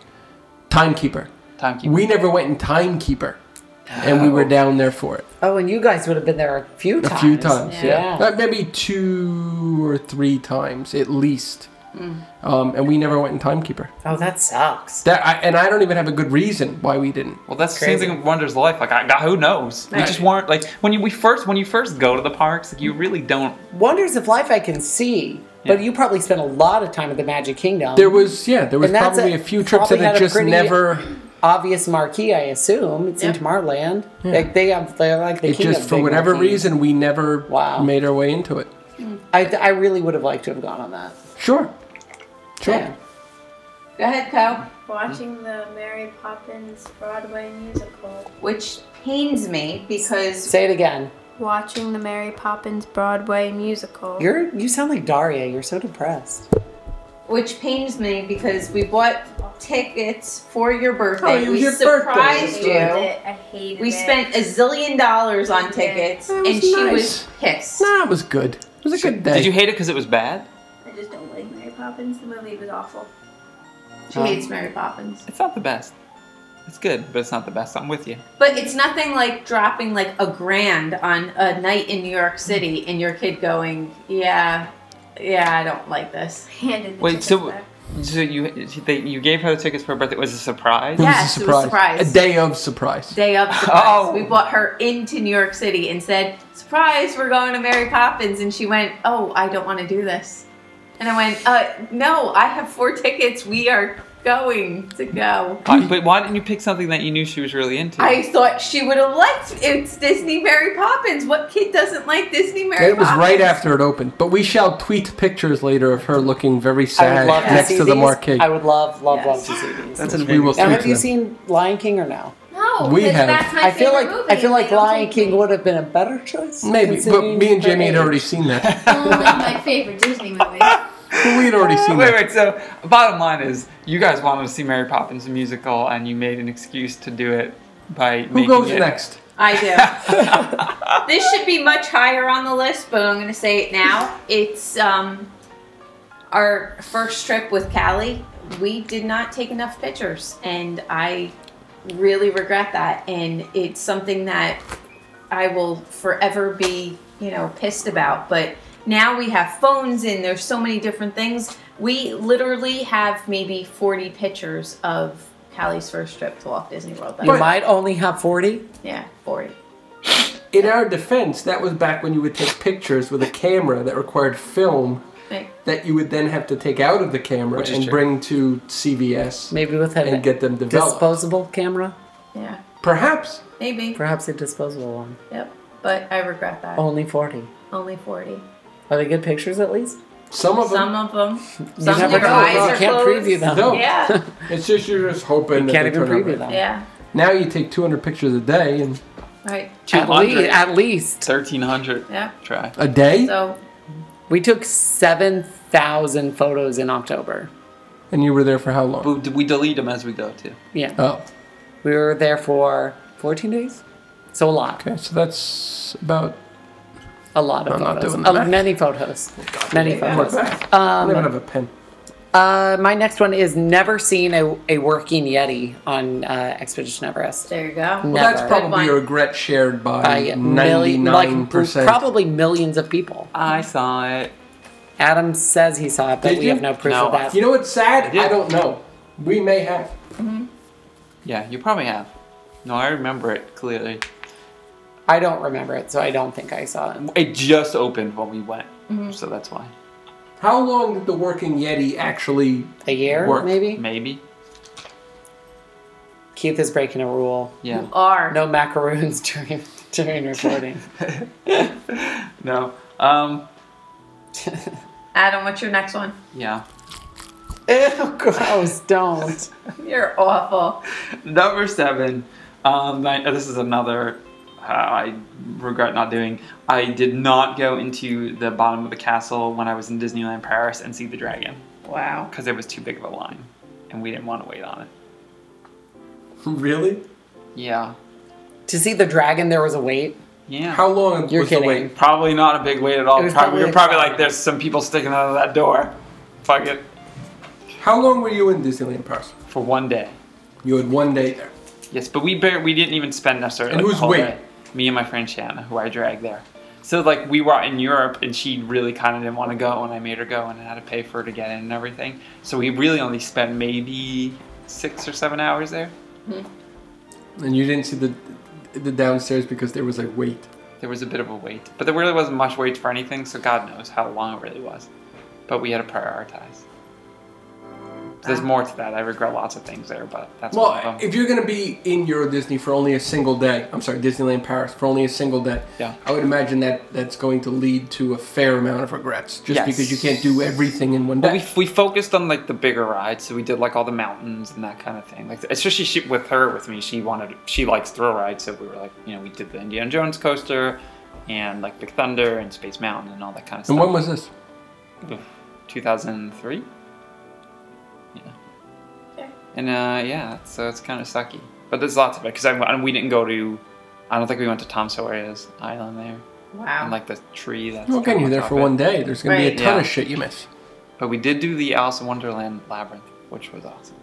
S4: Timekeeper.
S2: Timekeeper.
S4: We never went in Timekeeper, and we were down there for it
S1: Oh, and you guys would have been there a few
S4: a
S1: times.
S4: few times.
S1: Yeah.
S4: Yeah, Uh, maybe two or three times at least.
S1: Mm.
S4: Um, and we never went in Timekeeper.
S1: Oh, that sucks.
S4: That I, and I don't even have a good reason why we didn't.
S2: Well, that's the
S1: Crazy.
S2: same thing with Wonders of Life. Like, I, who knows? We
S3: Right.
S2: just weren't like when you we first when you first go to the parks, like, you really don't.
S1: Wonders of Life I can see, but
S2: Yeah.
S1: you probably spent a lot of time at the Magic Kingdom.
S4: There was yeah, there was
S1: And that's
S4: probably
S1: a-
S4: a few trips
S1: probably
S4: that
S1: had
S4: it
S1: a
S4: just
S1: pretty-
S4: never.
S1: obvious marquee, I assume. It's in Tomorrowland. Like they have, they're like the
S4: It
S1: king
S4: just
S1: of
S4: for
S1: big
S4: whatever
S1: marquees.
S4: reason we never
S1: Wow.
S4: made our way into it.
S1: I, th- I really would have liked to have gone on that.
S4: Sure, sure.
S1: Yeah.
S3: Go ahead, Co.
S6: Watching the Mary Poppins Broadway musical.
S3: Which pains me because
S1: Say it again.
S6: Watching the Mary Poppins Broadway musical.
S1: You're you sound like Daria. You're so depressed.
S3: which pains me because we bought tickets for your birthday.
S4: Oh, it was
S3: we
S4: your birthday.
S3: surprised
S4: That's
S3: you.
S6: it. I hated
S3: We
S6: it.
S3: spent a zillion dollars on tickets,
S4: That
S3: and
S4: was
S3: she
S4: nice.
S3: was pissed.
S4: Nah, it was good. It was a good day.
S2: Did you hate it because it was bad?
S6: I just don't like Mary Poppins. The movie was awful. (laughs)
S3: She hates Mary Poppins,
S2: It's not the best. It's good, but it's not the best. I'm with you.
S3: but it's nothing like dropping like a grand on a night in New York City, and your kid going, "Yeah, yeah, I don't like this."
S6: Handed the
S2: Wait,
S6: tickets
S2: so
S6: back.
S2: so you they, you gave her the tickets for her birthday. It was a surprise.
S4: It was
S3: Yes,
S4: a
S3: it was
S4: surprise.
S3: surprise.
S4: A day of surprise.
S3: Day of surprise.
S2: Oh.
S3: We brought her into New York City and said, "Surprise, we're going to Mary Poppins," and she went, "Oh, I don't want to do this," and I went, uh, "No, I have four tickets. We are going to go."
S1: (laughs)
S2: Why, but why didn't you pick something that you knew she was really into?
S3: I thought she would have liked it's Disney Mary Poppins. What kid doesn't like Disney Mary
S4: It was
S3: Poppins?
S4: right after it opened, but we shall tweet pictures later of her looking very
S1: I would
S4: sad
S1: love to
S4: next
S1: see
S4: to the
S1: these.
S4: marquee.
S1: I would love, love,
S3: Yes.
S1: love to see these.
S2: That's
S4: We will
S1: Now,
S4: tweet
S1: have you
S4: them.
S1: seen Lion King or no?
S7: No,
S4: We
S7: because
S4: have-
S7: that's my
S1: I feel like
S7: favorite movie.
S1: I feel like
S7: They don't
S1: Lion
S7: take
S1: King
S7: me.
S1: would have been a better choice.
S4: Maybe, but
S1: considering
S4: me and
S1: her
S4: Jamie had
S1: age.
S4: already seen that. (laughs)
S7: Only my favorite Disney movie.
S4: But we had already
S1: Uh,
S2: (laughs)
S4: seen
S2: Wait,
S4: that.
S2: wait. So, bottom line is, you guys wanted to see Mary Poppins the musical, and you made an excuse to do it by
S4: Who
S2: making
S4: goes
S2: it-
S4: next?
S3: I do. this should be much higher on the list, but I'm going to say it now. It's um, our first trip with Callie. We did not take enough pictures, and I really regret that. And it's something that I will forever be, you know, pissed about. But now we have phones, and there's so many different things. We literally have maybe 40 pictures of Callie's first trip to Walt Disney World.
S1: You
S4: But-
S1: might only have forty.
S3: yeah, 40.
S4: In our defense, that was back when you would take pictures with a camera that required film
S3: Right.
S4: that you would then have to take out of the camera
S2: Which is
S4: and
S2: true.
S4: bring to CVS
S1: Maybe with a
S4: and get them developed.
S1: disposable camera.
S3: Yeah,
S4: Perhaps.
S3: maybe.
S1: Perhaps a disposable one.
S3: Yep. But I regret that.
S1: Only forty.
S3: Only 40.
S1: Are they good pictures at least?
S4: Some of them.
S3: Some of them.
S1: You
S3: Some of
S1: never
S3: your
S1: know.
S3: eyes
S1: you
S3: are
S1: can't
S3: closed.
S1: preview them.
S4: No.
S3: Yeah.
S4: It's just you're just hoping.
S1: You
S4: that
S1: can't
S4: they
S1: even
S4: turn out
S1: preview
S4: right.
S1: them.
S3: Yeah.
S4: Now you take 200 pictures a day and
S3: Right.
S1: At,
S2: 200.
S1: le- at least.
S2: 1300
S3: Yeah.
S2: try.
S4: a day,
S3: So,
S1: We took 7,000 photos in October.
S4: and you were there for how long?
S2: We, we delete them as we go too.
S1: Yeah.
S4: Oh,
S1: We were there for 14 days. So a lot.
S4: okay. So that's about.
S1: A lot of
S4: I'm not
S1: photos.
S4: doing the
S1: Uh,
S4: math. Oh,
S1: many photos. Many
S4: Look (laughs)
S1: photos.
S4: back.
S1: Um,
S4: I don't even have a pen.
S1: Uh, my next one is never seen a, a working Yeti on uh, Expedition Everest.
S3: there you go.
S1: No.
S4: Well, that's
S1: Never.
S4: probably
S3: Good
S4: a
S3: one.
S4: regret shared
S1: By
S4: by
S1: a million,
S4: ninety-nine
S1: like
S4: percent.
S1: probably millions of people.
S2: I saw it.
S1: Adam says he saw it, but
S4: Did
S1: we
S4: you?
S1: have no proof
S2: No,
S1: of that.
S4: You know what's sad?
S2: Yeah.
S4: I don't know. We may have.
S2: Yeah, you probably have. No, I remember it clearly.
S1: I don't remember it, so I don't think I saw it.
S2: It just opened when we went, so that's why.
S4: How long did the working Yeti actually? (laughs)
S1: A year,
S4: Work.
S1: maybe?
S2: Maybe.
S1: Keith is breaking a rule.
S3: (laughs)
S2: Yeah. (laughs)
S3: Are.
S1: No macaroons (laughs) during during
S4: (laughs)
S1: recording.
S2: no. Um.
S3: Adam, what's your next one?
S2: Yeah.
S1: Ew, (laughs) gross, don't.
S3: You're awful.
S2: Number seven. Um, my, this is another uh, I regret not doing. I did not go into the bottom of the castle when I was in Disneyland Paris and see the dragon
S3: Wow.
S2: because it was too big of a line and we didn't want to wait on it.
S4: Really?
S2: Yeah.
S1: To see the dragon, there was a wait.
S2: Yeah.
S4: How long
S1: You're
S4: was
S1: kidding.
S4: the wait?
S2: Probably not a big wait at all.
S1: It was
S2: Probably,
S1: probably
S2: you're
S1: like-
S2: probably like, there's some people sticking out of that door. Fuck it.
S4: How long were you in Disneyland Paris?
S2: For one day.
S4: You had one day there.
S2: Yes, but we bar- we didn't even spend necessarily.
S4: And
S2: like,
S4: who's
S2: the whole
S4: we?
S2: day. Me and my friend Shanna, who I dragged there. So like we were in Europe, and she really kind of didn't want to go, and I made her go, and I had to pay for her to get in and everything. So we really only spent maybe six or seven hours there.
S4: And you didn't see the the downstairs because there was a wait.
S2: There was a bit of a wait, but there really wasn't much wait for anything. So God knows how long it really was. But we had to prioritize. There's more to that. I regret lots of things there, but that's one
S4: Ah. Well,
S2: of them.
S4: if you're gonna be in Euro Disney for only a single day, I'm sorry, Disneyland Paris for only a single day,
S2: Yeah.
S4: I would imagine that that's going to lead to a fair amount of regrets, just
S2: Yes.
S4: because you can't do everything in one
S2: But
S4: day.
S2: we, we focused on like the bigger rides, so we did like all the mountains and that kind of thing. Like especially she, with her with me, she wanted she likes thrill rides, so we were like you know we did the Indiana Jones coaster and like Big Thunder and Space Mountain and all that kind of
S4: and
S2: stuff.
S4: when was this?
S2: 2003? And uh, yeah, so it's kind of sucky. But there's lots of it because we didn't go to. I don't think we went to Tom Sawyer's island there,
S3: Wow.
S2: and like the tree. That's
S4: Well, again, you're there for one day. There's going to
S3: Right.
S4: be a ton
S2: Yeah.
S4: of shit you miss.
S2: But we did do the Alice in Wonderland labyrinth, which was awesome.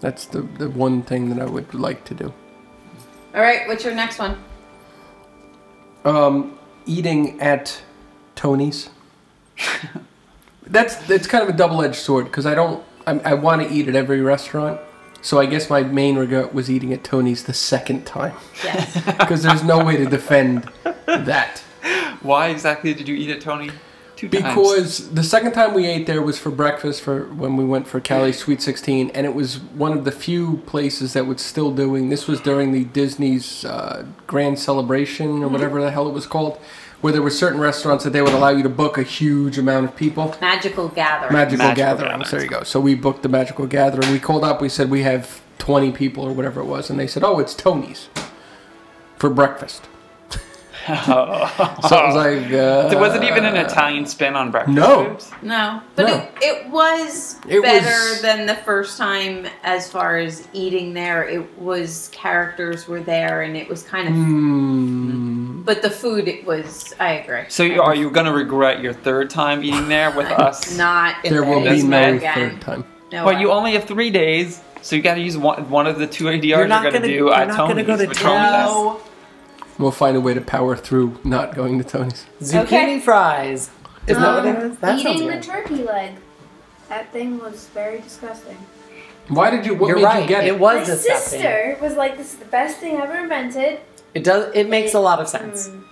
S4: That's the, the one thing that I would like to do.
S3: All right, what's your next one?
S4: Um, eating at Tony's. that's that's kind of a double edged sword because I don't I, I want to eat at every restaurant. So I guess my main regret was eating at Tony's the second time
S3: Yes. (laughs)
S4: because there's no way to defend that.
S2: Why exactly did you eat it, Tony? Two times.
S4: Because the second time we ate there was for breakfast for when we went for Cali Sweet 16, and it was one of the few places that was still doing. This was during the Disney's uh, Grand Celebration
S2: Mm-hmm.
S4: or whatever the hell it was called, where there were certain restaurants that they would allow you to book a huge amount of people.
S3: Magical gathering.
S4: Magical,
S2: Magical
S4: Gathering.
S2: Gatherings.
S4: There you go. So we booked the Magical Gathering. We called up. We said we have 20 people or whatever it was, and they said, "Oh, it's Tony's for breakfast." So it was like
S2: (laughs)
S4: uh, (laughs)
S2: there Oh. wasn't even an Italian spin on breakfast.
S4: no.
S2: foods.
S3: no, but
S4: No.
S3: It, it was
S4: It
S3: better
S4: was-
S3: than the first time as far as eating there. It was characters were there and it was kind
S4: Mm.
S3: of,
S4: "Hmm,
S3: but the food it was. I agree.
S2: So you- are you gonna regret your third time eating there
S3: (laughs)
S2: with us?
S3: Not if
S4: There will
S3: it
S4: be
S3: is
S4: no
S3: again.
S4: third time.
S3: No
S2: Well,
S3: way.
S2: you only have three days, so you got to use one, one of the two ADRs you're,
S1: not
S2: gonna,
S1: gonna-
S2: do
S1: you're
S2: at
S1: not gonna
S2: Tony's.
S1: go to
S2: which one
S1: Tao.
S2: was-
S4: We'll find a way to power through not going to Tony's.
S1: Zucchini
S3: Okay.
S1: fries. Is that what it is? That sounds
S6: Um, Eating the
S1: good.
S6: turkey leg. That thing was very disgusting.
S4: Why did you? What
S1: You're
S4: made
S1: right.
S4: you get it?
S1: it was
S6: My
S1: disgusting.
S6: sister was like, "This is the best thing ever invented."
S1: It does. It makes a lot of sense.
S6: Mm.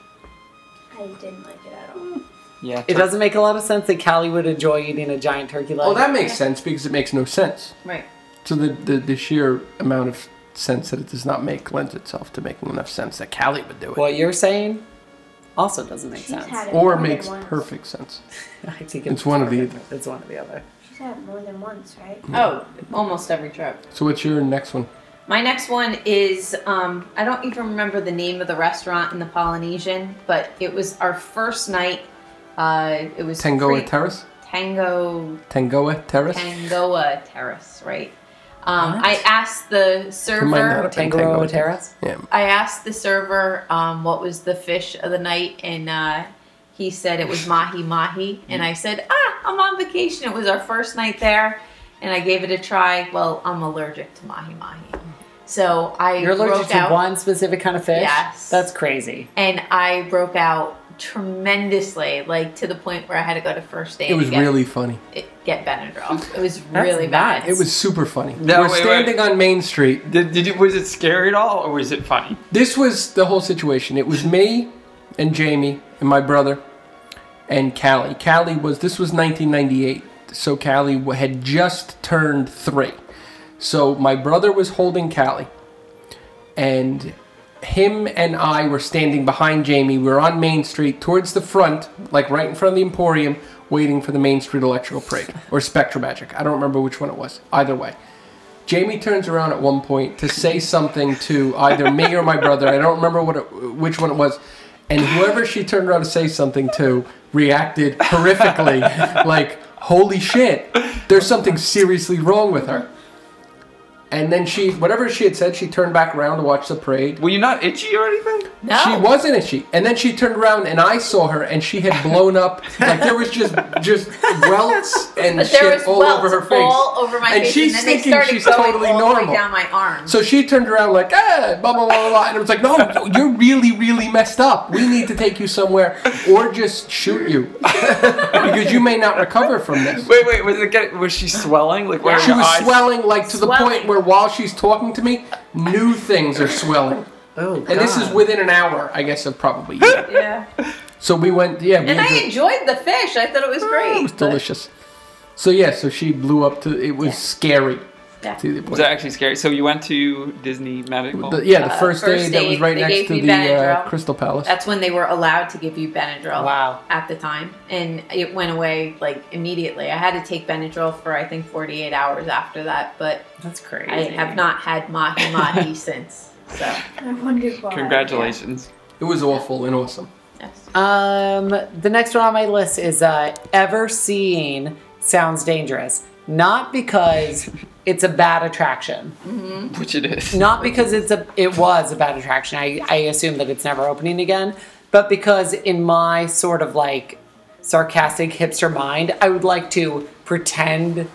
S6: I didn't like it at all.
S2: Yeah,
S1: It doesn't make a lot of sense that Callie would enjoy eating a giant turkey leg.
S4: Well, Oh, that makes sense because it makes no sense.
S3: right.
S4: So the, the the sheer amount of sense that it does not make lends itself to making enough sense that Callie would do it,
S1: what you're saying also doesn't make
S6: She's
S1: sense.
S6: had it
S4: or
S6: more than
S4: makes
S6: once.
S4: perfect sense.
S1: (laughs) I think
S4: It's one or the
S1: perfect. It's one or the other.
S6: She's had it more than once, right? (laughs)
S3: Oh, almost every trip.
S4: So what's your next one?
S3: My next one is um, I don't even remember the name of the restaurant in the Polynesian, but it was our first night. Uh, it was
S4: Tangoa
S3: pre-
S4: Terrace.
S3: Tango
S4: Tangoa Terrace.
S3: Tangoa Terrace, right? Um,
S1: What?
S3: I asked the
S4: It might not
S3: server.
S4: have been
S1: Tangaroa
S4: Tangoa
S1: Terrace?
S4: Yeah.
S3: I asked the server um, what was the fish of the night, and uh, he said it was mahi mahi. And I said, Ah, I'm on vacation. It was our first night there, and I gave it a try. Well, I'm allergic to mahi mahi, so I
S1: You're allergic
S3: broke
S1: to
S3: out,
S1: one specific kind of fish?
S3: Yes.
S1: That's crazy.
S3: and I broke out tremendously, like to the point where I had to go to first aid.
S4: It was
S3: and get,
S4: really funny.
S3: it- get Benadryl. It was
S1: That's
S3: really bad.
S1: nuts.
S4: It was super funny.
S2: No,
S4: We're
S2: wait, wait.
S4: standing on Main Street.
S2: Did, did you, was it scary at all, or was it funny?
S4: This was the whole situation. It was me and Jamie and my brother and Callie. Callie was, this was 1998. So Callie w- had just turned three. So my brother was holding Callie and him and I were standing behind Jamie. We were on Main Street towards the front, like right in front of the Emporium, waiting for the Main Street Electrical Parade or Spectrum Magic. I don't remember which one it was. Either way. Jamie turns around at one point to say something to either me or my brother. I don't remember what it, which one it was. And whoever she turned around to say something to reacted horrifically, like, holy shit, there's something seriously wrong with her. And then she, whatever she had said, she turned back around to watch the parade.
S2: Were you not itchy or anything?
S3: no.
S4: She wasn't, and she. And then she turned around, and I saw her, and she had blown up. Like there was just just welts and
S3: But there
S4: shit
S3: was
S4: all
S3: welts
S4: over her face.
S3: all over my
S4: and
S3: face,
S4: she's
S3: and then
S4: thinking
S3: they started
S4: she's
S3: going
S4: totally
S3: all the way
S4: normal.
S3: down my arm.
S4: So she turned around like, ah, blah, blah, blah, blah, blah. And it was like, no, no, you're really, really messed up. We need to take you somewhere or just shoot you. (laughs) because you may not recover from this.
S2: Wait, wait, was it get, was she swelling? Like where
S3: Yeah.
S2: were
S4: She
S2: your
S4: was
S2: eyes?
S4: swelling like to the
S3: Swelling.
S4: point where while she's talking to me, new things are swelling.
S1: Oh,
S4: And this is within an hour, I guess, of probably.
S3: yeah.
S4: So we went, yeah. We
S3: And I
S4: enjoyed-
S3: enjoyed the fish. I thought it was great.
S4: It was delicious. So yeah, so she blew up to, it was scary.
S3: Yeah.
S4: To the point.
S2: Was that actually scary? So you went to Disney Medical.
S4: The- yeah, the
S3: Uh,
S4: first,
S3: first
S4: aid that was
S3: aid,
S4: right
S3: they
S4: next
S3: gave
S4: to
S3: me
S4: the uh,
S3: Benadryl.
S4: Crystal Palace.
S3: That's when they were allowed to give you Benadryl.
S1: Wow.
S3: At the time, and it went away like immediately. I had to take Benadryl for I think 48 hours after that, but
S1: That's crazy.
S3: I have not had mahi mahi since. So
S6: I wondered why.
S2: Congratulations.
S4: It was awful and awesome.
S3: yes.
S1: Um, the next one on my list is uh, ever seeing sounds dangerous. Not because it's a bad attraction.
S2: which it is.
S1: Not because it's a it was a bad attraction. I, I assume that it's never opening again, but because in my sort of like sarcastic hipster mind, I would like to pretend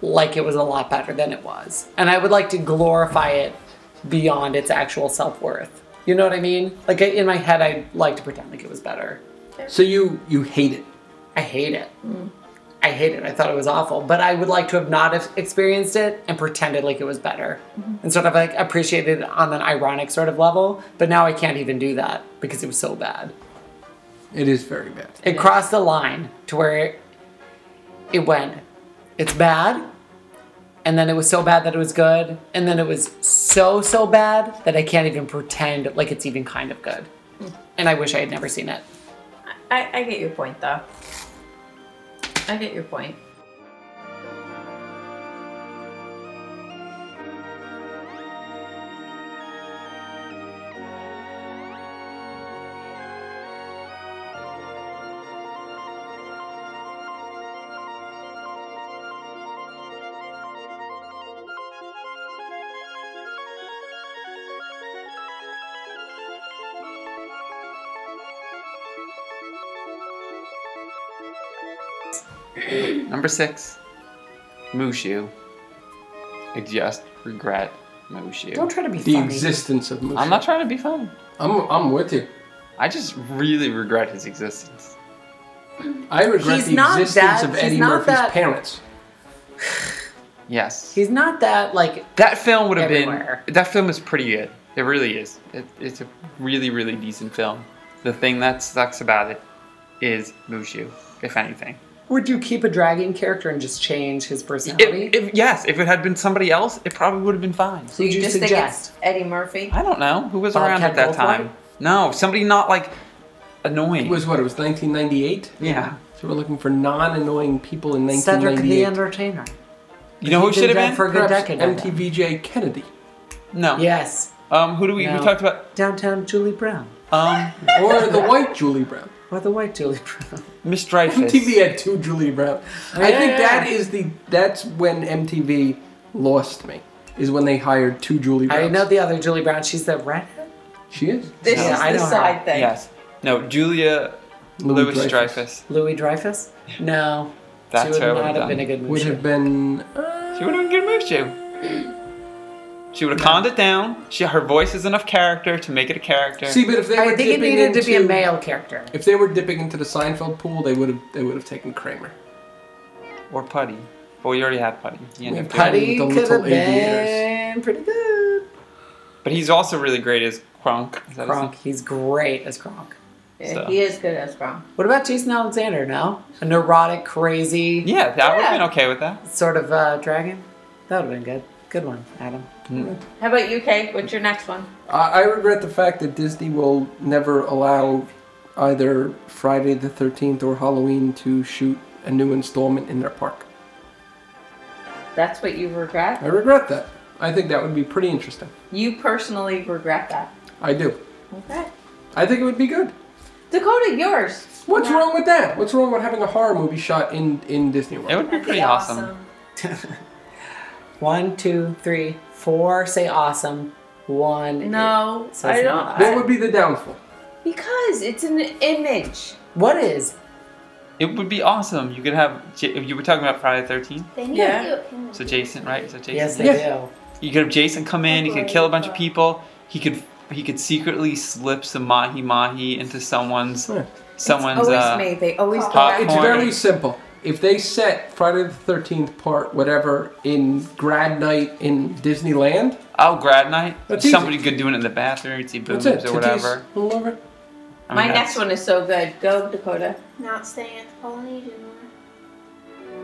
S1: like it was a lot better than it was. And I would like to glorify it beyond its actual self-worth. You know what I mean? Like I- in my head I'd like to pretend like it was better.
S8: So you you hate it.
S1: I hate it. I hate it. I thought it was awful, but I would like to have not have experienced it and pretended like it was better and sort of like appreciated it on an ironic sort of level. But now I can't even do that because it was so bad.
S8: It is very bad.
S1: It crossed the line to where it, it went. It's bad. And then it was so bad that it was good. And then it was so, so bad that I can't even pretend like it's even kind of good. And I wish I had never seen it.
S3: I, I get your point, though. I get your point.
S2: Number six, Mushu. Exist regret Mushu.
S1: Don't try to be
S4: The
S1: funny.
S4: existence of Mushu.
S2: I'm not trying to be funny.
S4: I'm, I'm with you.
S2: I just really regret his existence.
S4: I regret
S1: He's
S4: the
S1: not
S4: existence
S1: that-
S4: of
S1: he's
S4: Eddie
S1: not
S4: Murphy's
S1: that-
S4: parents.
S2: Yes.
S1: He's not that like
S2: That film would have
S1: Everywhere.
S2: been. That film is pretty good. It really is. It, it's a really, really decent film. The thing that sucks about it is Mushu, if anything.
S1: Would you keep a dragon character and just change his personality?
S2: If, if, yes, if it had been somebody else, it probably would have been fine.
S1: Who'd you suggest?
S3: think it's Eddie Murphy?
S2: I don't know who was around
S1: Bobcat
S2: at that
S1: Goldthwait?
S2: time. No, somebody not like annoying.
S4: It was what? It was 1998?
S2: yeah.
S4: So we're looking for non annoying people in
S1: Cedric the
S4: 1998.
S1: Entertainer.
S2: You know who
S1: He'd been
S2: should have
S1: dead
S2: been?
S1: for a good
S4: Perhaps
S1: decade. of that.
S4: MTVJ Kennedy.
S2: no.
S1: Yes.
S2: Um, who do we?
S1: No.
S2: We talked about
S1: Downtown Julie Brown.
S2: um,
S4: Or the white
S2: (laughs)
S4: Julie Brown.
S1: Or the white Julie Brown.
S2: Miss (laughs) Dreyfus.
S4: MTV had two Julie Brown. I
S1: Yeah,
S4: think
S1: yeah,
S4: that is the that's when MTV lost me. Is when they hired two Julie
S1: (laughs)
S4: Browns.
S1: I know the other Julie Brown. She's the redhead.
S4: she is.
S3: This
S1: Yeah,
S3: is
S1: I
S3: the
S1: know her.
S3: side thing.
S2: Yes. No, Julia
S4: Louis
S2: Louis Dreyfus.
S1: Louis Dreyfus? No.
S2: That's
S1: she would
S2: her I
S1: not have
S2: would've
S1: been a
S2: done.
S1: good
S4: would have
S1: movie.
S4: been. uh,
S2: She would have been good Mushu. She would have calmed it down. She her voice is enough character to make it a character.
S4: see, but if they
S1: I
S4: were
S1: think it
S4: dipping
S1: needed to be a
S4: into-
S1: male character.
S4: If they were dipping into the Seinfeld pool, they would have they would have taken Kramer.
S2: or Putty. But we already have Putty. He ended
S4: Yeah,
S2: up doing-
S1: Putty
S4: The
S1: could have
S4: Little Aviators.
S1: been pretty good.
S2: But he's also really great as Kronk. Is that his
S1: Kronk.
S2: name?
S1: He's great as Kronk.
S3: Yeah,
S2: So.
S3: He is good as Brown.
S1: What about Jason Alexander? No? A neurotic, crazy.
S2: Yeah, that would have
S3: Yeah.
S2: been okay with that.
S1: sort of uh, dragon. That would have been good. Good one, Adam.
S3: How about you, Kay? What's your next one?
S4: I, I regret the fact that Disney will never allow either Friday the Thirteenth or Halloween to shoot a new installment in their park.
S3: That's what you regret?
S4: I regret that. I think that would be pretty interesting.
S3: You personally regret that.
S4: I do.
S3: Okay.
S4: I think it would be good.
S3: Dakota, yours.
S4: What's wrong with that? What's wrong with having a horror movie shot in in Disney World?
S2: It would be pretty awesome.
S1: One, two, three, four. Say awesome. One.
S3: No,
S1: So it's
S3: I don't.
S1: not.
S4: What would be the downfall?
S3: because it's an image.
S1: What is?
S2: It would be awesome. You could have. J- you were talking about Friday the Thirteenth.
S6: They need
S3: Yeah.
S6: to do him.
S2: So Jason, right? So Jason.
S1: Yes, they
S4: Yes.
S2: You could have Jason come in. He could kill a bunch of people. He could he could secretly slip some mahi mahi into someone's
S4: Huh.
S2: someone's
S3: it's always
S2: uh,
S3: made. They always go
S2: Popcorn.
S3: back.
S4: It's
S2: Horror.
S4: very simple. If they set Friday the Thirteenth Part whatever in grad night in Disneyland,
S2: oh grad night.
S4: That's
S2: Somebody
S4: easy.
S2: could do it in the bathroom. You'd see boobs
S4: that's it.
S2: or
S4: Titties
S2: whatever.
S4: all over.
S2: I
S3: My
S2: mean,
S3: next
S2: that's
S3: one is so good. Go, Dakota.
S6: Not staying at the Polynesian.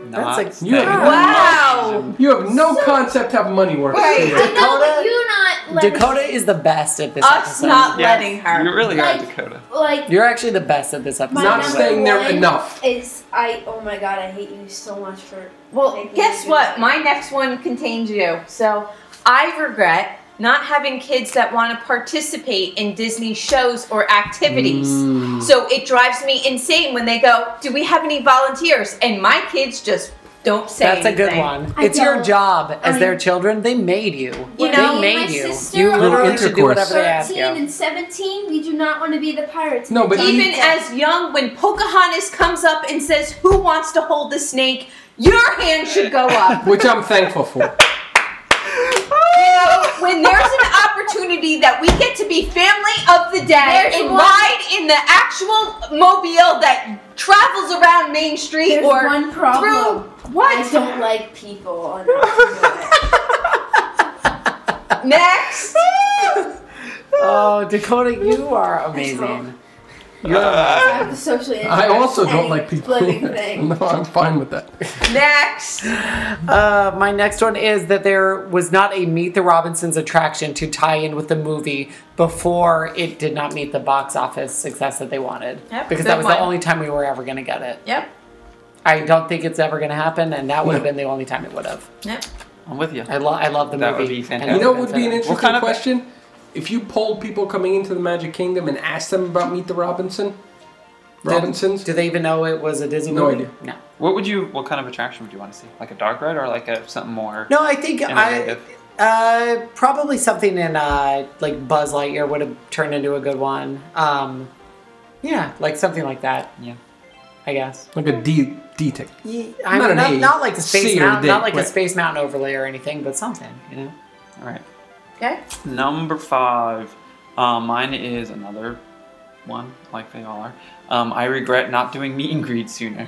S2: not
S1: That's like-
S2: that-
S4: Yeah.
S3: Wow.
S4: You have no concept how money works.
S3: Wait.
S6: I know, but you not
S1: do.
S6: letting
S1: Dakota is the best at this
S3: Us
S1: episode.
S3: not
S2: Yes,
S3: letting her.
S2: You really are
S6: Like-
S2: Dakota.
S6: like
S1: You're actually the best at this episode.
S6: my
S4: Not
S6: number
S4: staying there
S6: one
S4: enough.
S6: Is I oh my god I hate you so much for
S3: Well,
S6: Maybe
S3: guess
S6: you
S3: what?
S6: should.
S3: My next one contains you. So I regret not having kids that want to participate in Disney shows or activities. So it drives me insane when they go, Do we have any volunteers? And my kids just Don't say
S1: That's a good
S3: anything.
S1: one.
S7: I
S1: it's your
S7: don't-
S1: job as
S7: I
S1: their
S7: mean-
S1: children. They made you. they
S3: You know,
S1: made
S7: my
S1: you.
S7: sister
S1: You
S7: on
S1: literally should do
S8: intercourse.
S1: whatever they ask
S7: 13
S1: you.
S7: and 17, we do not want to be the pirates.
S4: No, but
S7: Don't
S4: you-
S3: Even
S7: do that.
S3: as young, when Pocahontas comes up and says, Who wants to hold the snake? Your hand should go (laughs) up.
S4: Which I'm thankful for.
S3: Oh, when there's an opportunity that we get to be family of the day
S7: There's
S3: and
S7: one-
S3: ride in the actual mobile that travels around Main Street
S7: There's
S3: or
S7: one problem.
S3: through what?
S7: I don't like people
S1: (laughs)
S7: on Earth.
S3: (laughs) Next.
S1: (laughs) Oh, Dakota, you are amazing.
S7: I have the socially
S4: I also don't
S7: engineering
S4: like people. (laughs)
S7: living thing.
S4: no, I'm fine with that.
S3: Next.
S1: Uh, my next one is that there was not a Meet the Robinsons attraction to tie in with the movie before it did not meet the box office success that they wanted.
S3: Yep,
S1: because
S3: good
S1: that was
S3: one.
S1: the only time we were ever going to get it.
S3: Yep.
S1: I don't think it's ever going to happen, and that would have
S4: No.
S1: been the only time it would have.
S3: Yep.
S2: I'm with you.
S1: I, lo- I love the
S2: That
S1: movie.
S2: would be
S1: and
S2: fantastic.
S1: I
S4: You know
S1: love
S4: what would be an
S1: Vincent.
S4: interesting
S2: kind of-
S4: question? If you polled people coming into the Magic Kingdom and asked them about Meet the Robinson, Robinsons,
S1: Do they even know it was a Disney
S4: No
S1: movie?
S4: idea.
S1: No.
S2: What would you? What kind of attraction would you want to see? Like a dark ride or like a something more?
S1: No, I think I
S2: Innovative.
S1: uh, probably something in uh, like Buzz Lightyear would have turned into a good one. Um, yeah, like something like that,
S2: Yeah.
S1: I guess.
S4: like a D D ticket.
S1: I
S4: Not
S1: mean,
S4: an
S1: not,
S4: A,
S1: not like a
S4: C
S1: space
S4: or
S1: mountain,
S4: D,
S1: not like a
S4: right.
S1: space mountain overlay or anything, but something, you know.
S2: All right.
S3: Okay.
S2: Number five. Uh, mine is another one, like they all are. Um, I regret not doing meet and greet sooner.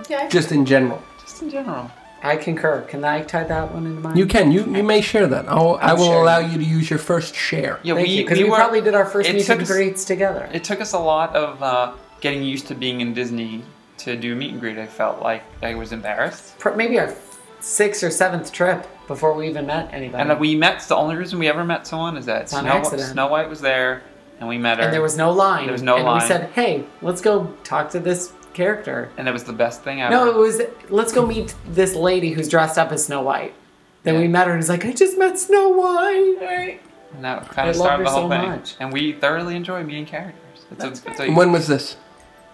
S3: Okay.
S4: Just in general,
S2: Just in general.
S1: I concur. Can I tie that one into mine?
S4: you can you you may share that. I'll, I will
S1: sharing.
S4: allow you to use your first share.
S2: Yeah,
S1: Thank
S2: we
S1: you, because we,
S2: were-
S1: probably did our first
S2: it
S1: meet
S2: took
S1: and
S2: us-
S1: greets together.
S2: It took us a lot of uh, getting used to being in Disney to do meet and greet. I felt like I was embarrassed.
S1: Pr- Maybe our sixth or seventh trip before we even met anybody.
S2: And that we met. The only reason we ever met someone is that
S1: On
S2: Snow,
S1: accident.
S2: Snow White was there, and we met her.
S1: and there was no line.
S2: There was no
S1: and
S2: line.
S1: we said, hey, let's go talk to this character.
S2: and it was the best thing ever.
S1: No, it was let's go meet this lady who's dressed up as Snow White. Then we
S2: Yeah.
S1: met her and he's like, I just met Snow White.
S2: And that
S1: I
S2: kind
S1: love
S2: of started
S1: her
S2: the
S1: so
S2: whole thing.
S1: much.
S2: And we thoroughly enjoy meeting characters. It's a, it's a,
S4: When was this?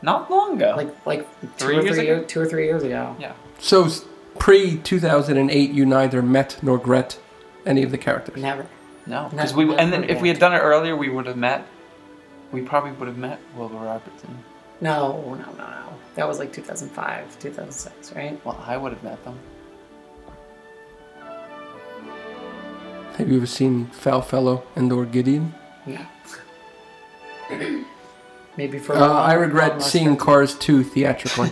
S2: not long ago.
S1: Like like two
S2: Three
S1: or
S2: years
S1: three
S2: ago?
S1: year, two or three years ago.
S2: yeah.
S4: So pre 2008, you neither met nor gret any of the characters.
S1: Never.
S2: No.
S1: Not-
S2: Because we
S1: not
S2: and then if we
S1: perfect.
S2: had done it earlier, we would have met. We probably would have met Wilbur Robertson.
S1: No, no, no, no. That was like 2005, 2006, right?
S2: Well, I would have met them.
S4: Have you ever seen Foul Fellow and or Gideon?
S1: Yeah. (clears throat) Maybe for
S4: Uh, I regret seeing Cars 2
S2: (laughs)
S4: theatrically.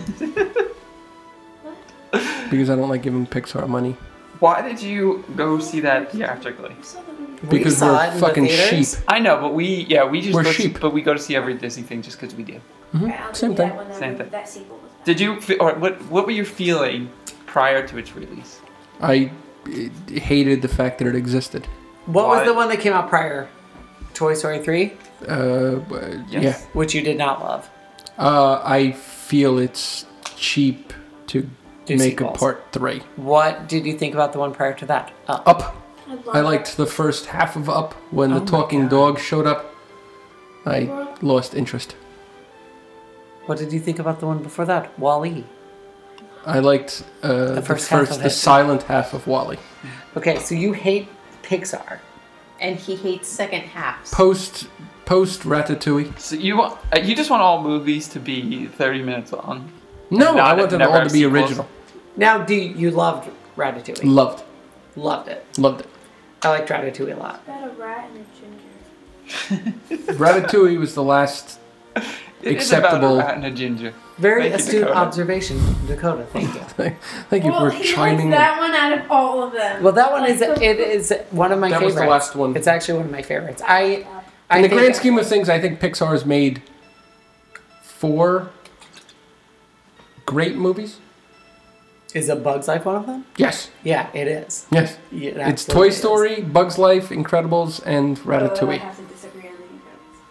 S4: because I don't like giving Pixar money.
S2: Why did you go see that theatrically?
S4: because
S1: saw
S4: we're
S1: it in the
S4: fucking
S1: theaters.
S4: sheep.
S2: I know, but we yeah we just
S4: We're
S2: go see-
S4: sheep.
S2: but we go to see every Disney thing just because we do.
S7: Alright, I'll do
S4: Mm-hmm. Same
S7: that
S4: thing.
S7: one, that
S2: Same
S7: one,
S2: thing.
S7: That sequel was
S2: Did you fe- or what what were you feeling prior to its release?
S4: I uh, hated the fact that it existed.
S1: What
S2: Why-
S1: was the one that came out prior? Toy Story 3,
S4: Uh, but,
S2: Yes.
S1: which you did not love.
S4: Yeah. Uh, I feel it's cheap to
S1: Do
S4: make
S1: sequels.
S4: a part 3.
S1: What did you think about the one prior to that? Uh, Up.
S4: Up.
S7: bad.
S4: I liked the first half of Up when
S1: Oh
S4: the
S1: my
S4: talking
S1: God.
S4: dog showed up. I lost interest.
S1: What did you think about the one before that? Wally.
S4: I liked uh,
S1: first
S4: the first,
S1: half of
S4: the
S1: it.
S4: silent half of Wally.
S1: Okay, so you hate Pixar.
S3: And he hates second halves.
S4: Post post Ratatouille.
S2: So you want uh, you just want all movies to be thirty minutes long.
S4: No,
S2: No,
S4: I
S2: no,
S4: want them
S2: never
S4: all
S2: have
S4: to be
S2: sequels.
S4: original.
S1: Now, do you, you loved Ratatouille?
S4: Loved,
S1: loved it.
S4: loved
S1: (laughs)
S4: it.
S1: I liked Ratatouille a lot.
S6: Got a rat and a ginger.
S4: Ratatouille was the last.
S2: It is about a
S4: Acceptable.
S2: rat and a ginger.
S1: Very
S2: Thank you,
S1: astute
S2: Dakota.
S1: observation, Dakota. Thank you.
S4: Thank you
S7: well,
S4: for
S7: he likes
S4: chiming in.
S7: that one out of all of them.
S1: Well, that one is
S7: Like,
S1: it is one of my
S4: That was
S1: favorites.
S4: the last one.
S1: It's actually one of my favorites. I, I
S4: In the
S1: think-
S4: grand scheme of things, I think Pixar has made four great movies.
S1: is a Bugs Life one of them.
S4: Yes,
S1: Yeah, it is.
S4: yes.
S1: Yeah, it
S4: It's
S1: absolutely
S4: Toy
S1: is. Uh,
S4: Story, Bugs Life, Incredibles, and
S7: although I
S4: Ratatouille.
S7: have to disagree on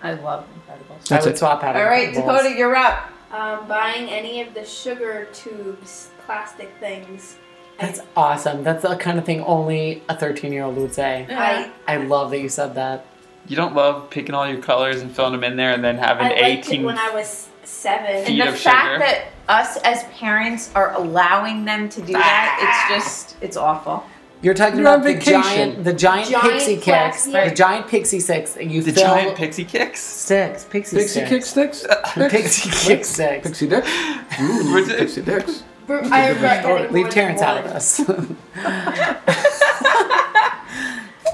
S7: the
S3: I love Incredibles.
S1: I
S4: That's
S1: would
S4: it.
S1: swap out.
S3: All right,
S1: Incredibles.
S3: Dakota, you're up.
S7: um, Buying any of the sugar tubes, plastic things.
S1: That's awesome. That's the kind of thing only a thirteen-year-old would say.
S3: Uh-huh.
S7: I,
S1: I love that you said that.
S2: You don't love picking all your colors and filling them in there and then having
S7: I liked
S2: eighteen
S7: it when I was seven.
S2: Feet
S3: And the
S2: of
S3: fact
S2: sugar.
S3: that us as parents are allowing them to do that, it's just it's awful.
S1: You're talking
S4: You're on
S1: about the
S4: vacation.
S1: giant, the giant,
S7: Giant
S1: pixie kicks,
S7: flax, yeah.
S1: the giant pixie sticks. and You
S2: The
S1: fill
S2: giant pixie kicks.
S1: sticks, pixie,
S4: Pixie
S1: sticks.
S4: kick sticks?
S1: The pixie kick sticks.
S4: Pixie dicks? Ooh,
S2: Was it-
S4: pixie dicks.
S7: Bru- I regret
S1: Or
S7: getting
S1: leave
S7: more than
S1: Terrence out of
S7: one.
S1: this.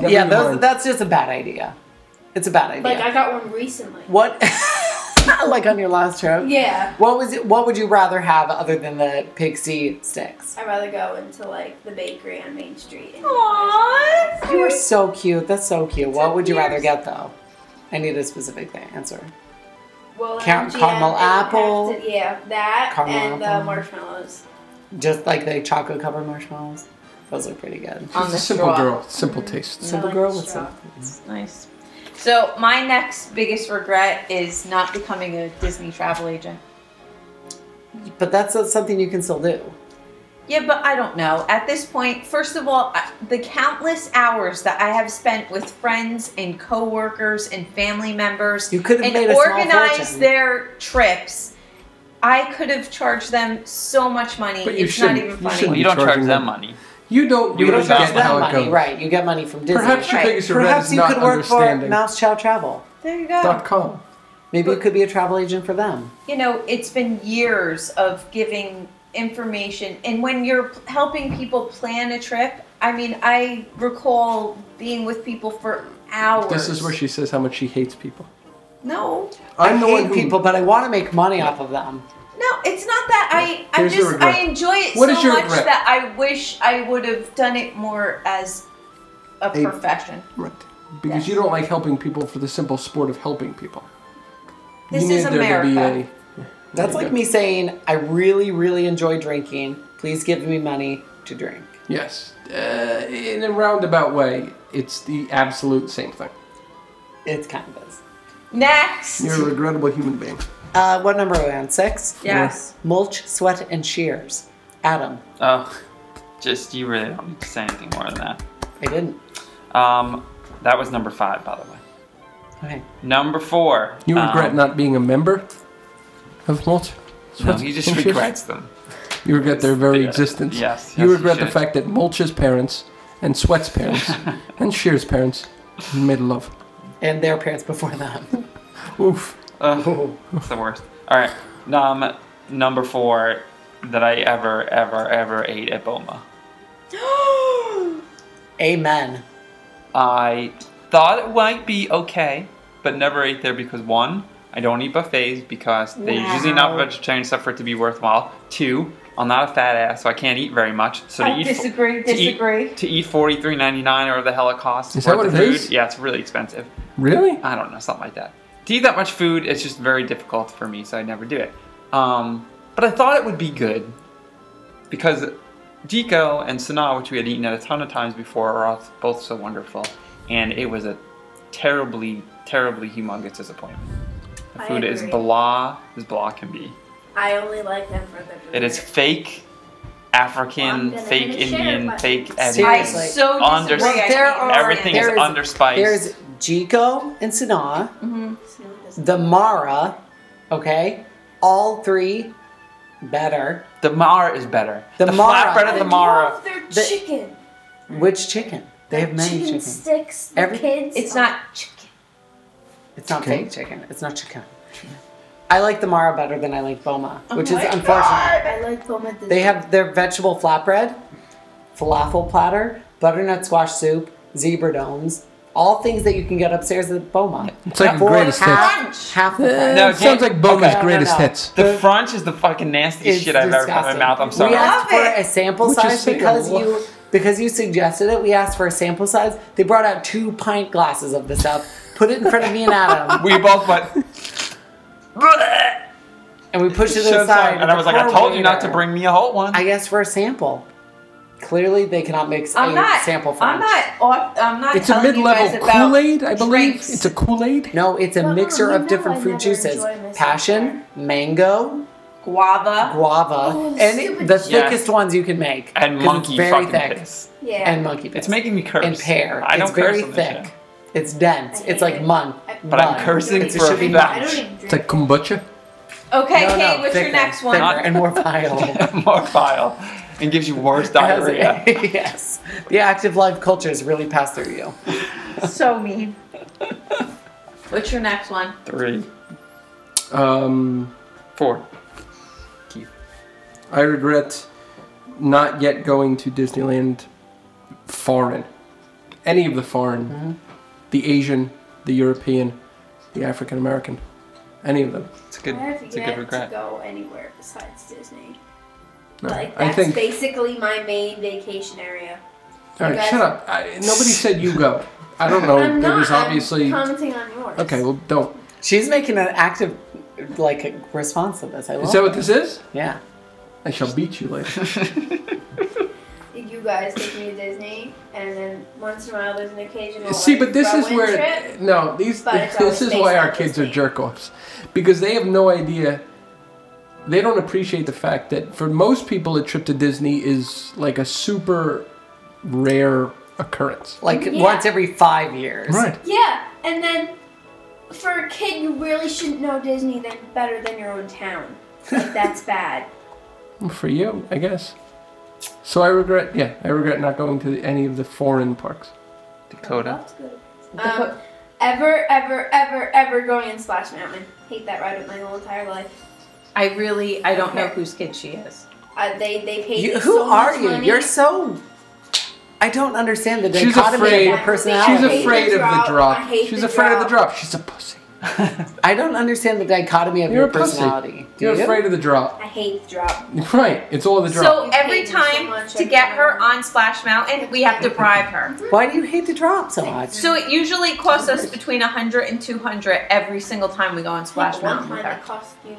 S4: Never
S1: (laughs) yeah, those,
S4: mind.
S1: that's just a bad idea. It's a bad idea.
S7: Like I got one recently.
S1: what? (laughs) like on your last trip.
S7: Yeah,
S1: What was it, what would you rather have other than the pixie sticks?
S7: I'd rather go into like the bakery on Main Street.
S3: Oh,
S7: And
S3: Aww,
S1: You are so cute. That's so cute. What would you rather
S3: Years.
S1: get though? I need a specific answer.
S7: Well,
S1: Car-
S7: MGM,
S1: caramel
S7: they would have
S1: apple.
S7: to- yeah, that
S1: Caramel
S7: and
S1: apple.
S7: the marshmallows.
S1: Just like the chocolate covered marshmallows. Those are pretty good.
S3: on the
S4: Simple
S3: straw.
S4: girl, simple tastes.
S1: Simple
S7: like
S1: girl
S7: the
S1: with
S7: straw.
S1: some.
S3: Nice. So my next biggest regret is not becoming a Disney travel agent.
S1: But that's uh, something you can still do.
S3: Yeah, but I don't know. At this point, first of all, I- the countless hours that I have spent with friends and coworkers and family members
S1: You could have
S3: and
S1: made a small
S3: organized
S1: fortune.
S3: their trips, I could have charged them so much money.
S4: But you
S3: it's not
S4: shouldn't.
S3: even
S4: You
S3: funny.
S2: Well,
S4: shouldn't.
S2: you don't charge
S4: Charging
S2: them
S4: them.
S2: money.
S4: You don't
S2: You
S4: really
S2: don't
S4: get
S2: charge
S4: how
S1: That
S4: it
S1: money,
S4: goes.
S1: right? You get money from Disney.
S4: Perhaps your
S3: Right.
S4: biggest regret
S1: Perhaps
S4: is
S1: you
S4: not
S1: could work for
S4: understanding.
S1: Mouse Chow Travel.
S3: There you go.
S4: Dot com.
S1: Maybe it could be a travel agent for them.
S3: you know, it's been years of giving information. And when you're p- helping people plan a trip, I mean, I recall being with people for hours.
S4: This is where she says how much she hates people.
S3: No,
S4: I'm
S1: I
S4: the
S1: hate
S4: one who.
S1: people, but I want to make money off of them.
S3: no, it's not that I. I
S4: Here's your
S3: just
S4: regret.
S3: I enjoy it
S4: What
S3: so
S4: is your
S3: much
S4: regret?
S3: that I wish I would have done it more as a
S4: A-
S3: profession.
S4: Right. Because
S3: Yes.
S4: you don't like helping people for the simple sport of helping people.
S3: This
S4: you need
S3: is
S4: there to be
S3: America.
S4: a.
S1: That's like me saying, I really, really enjoy drinking. Please give me money to drink.
S4: Yes. Uh, in a roundabout way, it's the absolute same thing.
S1: It's kind of is.
S3: Next,
S4: You're a regrettable human being.
S1: Uh, what number are we on? Six?
S3: yes,
S1: Mulch, sweat, and shears. Adam.
S2: Oh, just you really don't need to say anything more than that.
S1: I didn't.
S2: Um, that was number five, by the way.
S1: Okay.
S2: Number four.
S4: You regret
S2: um,
S4: not being a member of Mulch?
S2: No, he
S4: (laughs)
S2: just
S4: Interest?
S2: regrets them.
S4: You regret their very
S2: Yeah.
S4: existence.
S2: Yes,
S4: You
S2: yes, you
S4: regret the
S2: should.
S4: fact that Mulch's parents and
S2: (laughs)
S4: Sweat's parents and Shear's parents made love.
S1: And their parents before them.
S4: Oof.
S2: Ugh, it's the worst. All right. Um, number four that I ever, ever, ever ate at Boma.
S1: Amen.
S2: I thought it might be okay, but never ate there because one, I don't eat buffets because they're usually not
S3: Wow.
S2: vegetarian stuff for it to be worthwhile. Two, I'm not a fat ass, so I can't eat very much. So to
S3: I
S2: eat fo-
S3: disagree,
S2: to eat-
S3: disagree.
S2: To eat forty three ninety nine or whatever the hell it costs.
S4: Is that
S2: worth
S4: what
S2: of
S4: it
S2: food,
S4: is?
S2: Yeah, it's really expensive.
S4: Really?
S2: I don't know, something like that. To eat that much food, it's just very difficult for me, so I never do it. Um, but I thought it would be good because Dico and Sanaa, which we had eaten at a ton of times before, are all- both so wonderful, and it was a terribly, terribly humongous disappointment. The
S7: I
S2: food is
S7: agree.
S2: blah as blah can be.
S7: I only like them for the.
S2: It is
S7: dessert.
S2: fake African,
S7: I'm gonna
S2: fake
S7: hit a share
S2: Indian,
S7: button.
S2: fake everything.
S3: (gasps) I
S1: Seriously.
S3: so
S2: Under-
S3: disagree. I
S1: Well, there
S3: can't
S1: are-
S2: Everything is
S1: There is-
S2: underspiced.
S1: There's Jico and Sanaa, the Mara, okay? All three better.
S2: the Mara is better.
S1: The
S2: The,
S1: Mara-
S2: flatbread of
S7: I
S2: the Mara.
S7: love their
S1: The-
S7: chicken.
S1: Which chicken? They have many
S7: chicken
S1: chicken.
S7: sticks. The
S1: Every-
S7: kids.
S3: It's not chicken.
S1: It's not
S4: Chicken?
S1: fake chicken. It's not chicken. I like the Mara better than I like Boma, which is
S3: Oh my
S1: unfortunate.
S7: I like them at the.
S1: They have their vegetable flatbread, falafel platter, butternut squash soup, zebra domes, all things that you can get upstairs at Boma.
S4: It's like
S1: For
S4: greatest hits.
S1: half, half the price.
S2: No,
S4: it sounds like Boma's
S1: Okay.
S4: greatest
S1: No, no, no.
S4: hits.
S2: The French is the fucking nastiest
S1: It's
S2: shit I've ever put in
S1: disgusting.
S2: my mouth. I'm sorry.
S1: We asked
S3: Love
S1: for
S3: it.
S1: a sample
S4: Which is
S1: size
S4: saying a
S1: because
S4: lot.
S1: you because you suggested it. We asked for a sample size. They brought out two pint glasses of the stuff, put it in front of me and
S2: (laughs)
S1: Adam,
S2: we both went.
S1: (laughs)
S2: "Bleh,"
S1: and we pushed it
S2: shoves
S1: aside.
S2: on, and I was like, I told you not to bring me a whole one.
S1: I guess for a sample. Clearly, they cannot mix
S3: I'm
S1: a
S3: not.
S1: sample French.
S3: I'm not. Off, I'm not.
S4: It's a
S3: telling you guys
S4: mid-level
S3: about
S4: Kool-Aid, I believe.
S3: drinks.
S4: It's a Kool-Aid.
S1: No, it's a
S7: Mama,
S1: mixture
S7: you
S1: of
S7: know
S1: different
S7: I
S1: fruit
S7: never
S1: juices:
S7: enjoy myself
S1: passion, mango,
S3: guava.
S1: guava,
S7: Oh,
S1: and
S7: stupid
S1: the
S7: shit.
S1: thickest ones you can make.
S2: and
S1: 'cause
S2: monkey
S1: it's very
S2: fucking
S1: thick.
S2: piss.
S7: yeah.
S1: And monkey piss.
S2: It's making me curse.
S1: and pear.
S2: I don't
S1: it's very
S2: curse on this
S1: thick.
S2: show.
S1: It's dense.
S7: I
S1: It's
S7: hate
S1: like
S7: it.
S1: mun.
S7: I-
S2: But I'm
S1: mud.
S2: cursing
S1: It's- it
S2: for a
S1: should be
S2: fact.
S7: I don't even drink.
S4: It's like kombucha.
S3: Okay,
S1: No, no,
S3: Kate, what's your
S1: thicker,
S3: next one?
S1: thicker and
S2: (laughs)
S1: more viable.
S2: more bile and gives you worse diarrhea.
S1: (laughs) yes. The active life cultures really pass through you.
S3: so mean. (laughs) What's your next one?
S1: (laughs)
S2: Three,
S4: Um,
S2: four.
S4: I regret not yet going to Disneyland foreign. Any of the foreign.
S7: Mm-hmm.
S4: The Asian, the European, the African American. Any of them.
S2: It's a good.
S7: I have
S2: It's a good
S7: yet to
S2: regret.
S7: go anywhere besides Disney.
S4: No.
S7: Like
S4: I
S7: that's
S4: think.
S7: basically my main vacation area.
S4: all right,
S7: guys-
S4: shut up. I, nobody said you go. I don't know.
S7: (laughs) I'm
S4: there
S7: not.
S4: was Oh, obviously.
S7: I'm commenting on yours.
S4: okay, well, don't.
S1: She's making an active, like, response to this. I love
S4: Is that what this is?
S1: it. Yeah.
S4: I shall beat you later.
S7: Did you guys take me to Disney, and then once in a while there's an occasional.
S4: See,
S7: like,
S4: but this is
S7: throw-in
S4: where
S7: trip.
S4: no, these
S7: but it's
S4: this
S7: always
S4: is
S7: based
S4: why
S7: on
S4: our kids are
S7: Disney.
S4: jerk offs because they have no idea. They don't appreciate the fact that for most people, a trip to Disney is like a super rare occurrence.
S1: Like,
S7: Yeah.
S1: once every five years.
S7: Yeah, and then for a kid, you really shouldn't know Disney then better than your own town. Like,
S1: (laughs)
S7: that's bad.
S4: For you, I guess. So I regret, yeah, I regret not going to any of the foreign parks.
S2: Dakota.
S7: Um, ever, ever, ever, ever going in Splash Mountain. Hate that ride with my whole entire life.
S3: I really, I don't know
S7: Okay.
S3: whose kid she is.
S7: Uh, they they paid
S1: You,
S7: me
S1: who
S7: so
S1: are
S7: much
S1: you?
S7: money.
S1: You're so. I don't understand the
S4: She's
S1: dichotomy
S4: afraid-
S1: of your
S7: She's
S1: personality.
S4: She's
S7: hate the
S4: afraid of the
S7: drop. I
S4: drop.
S7: hate
S4: She's
S7: the
S4: afraid of the
S7: drop.
S4: drop. She's a pussy.
S1: I don't understand the dichotomy of
S4: You're
S1: your
S4: a pussy.
S1: personality. Do
S4: You're
S1: you?
S4: afraid of the drop. (laughs)
S7: I hate
S1: (laughs)
S7: the drop.
S4: Right. It's all the drop.
S3: So
S7: You
S3: every
S7: hate me so
S3: time
S7: much,
S3: to
S7: I
S3: get
S7: don't
S3: her
S7: know.
S3: on Splash Mountain, we have to bribe
S7: (laughs)
S3: her.
S1: Why do you hate the drop so much?
S3: So it usually costs us between 100 and 200 every single time we go on Splash
S7: Like, one
S3: Mountain
S7: time
S3: with
S7: it
S3: her.
S7: cost you.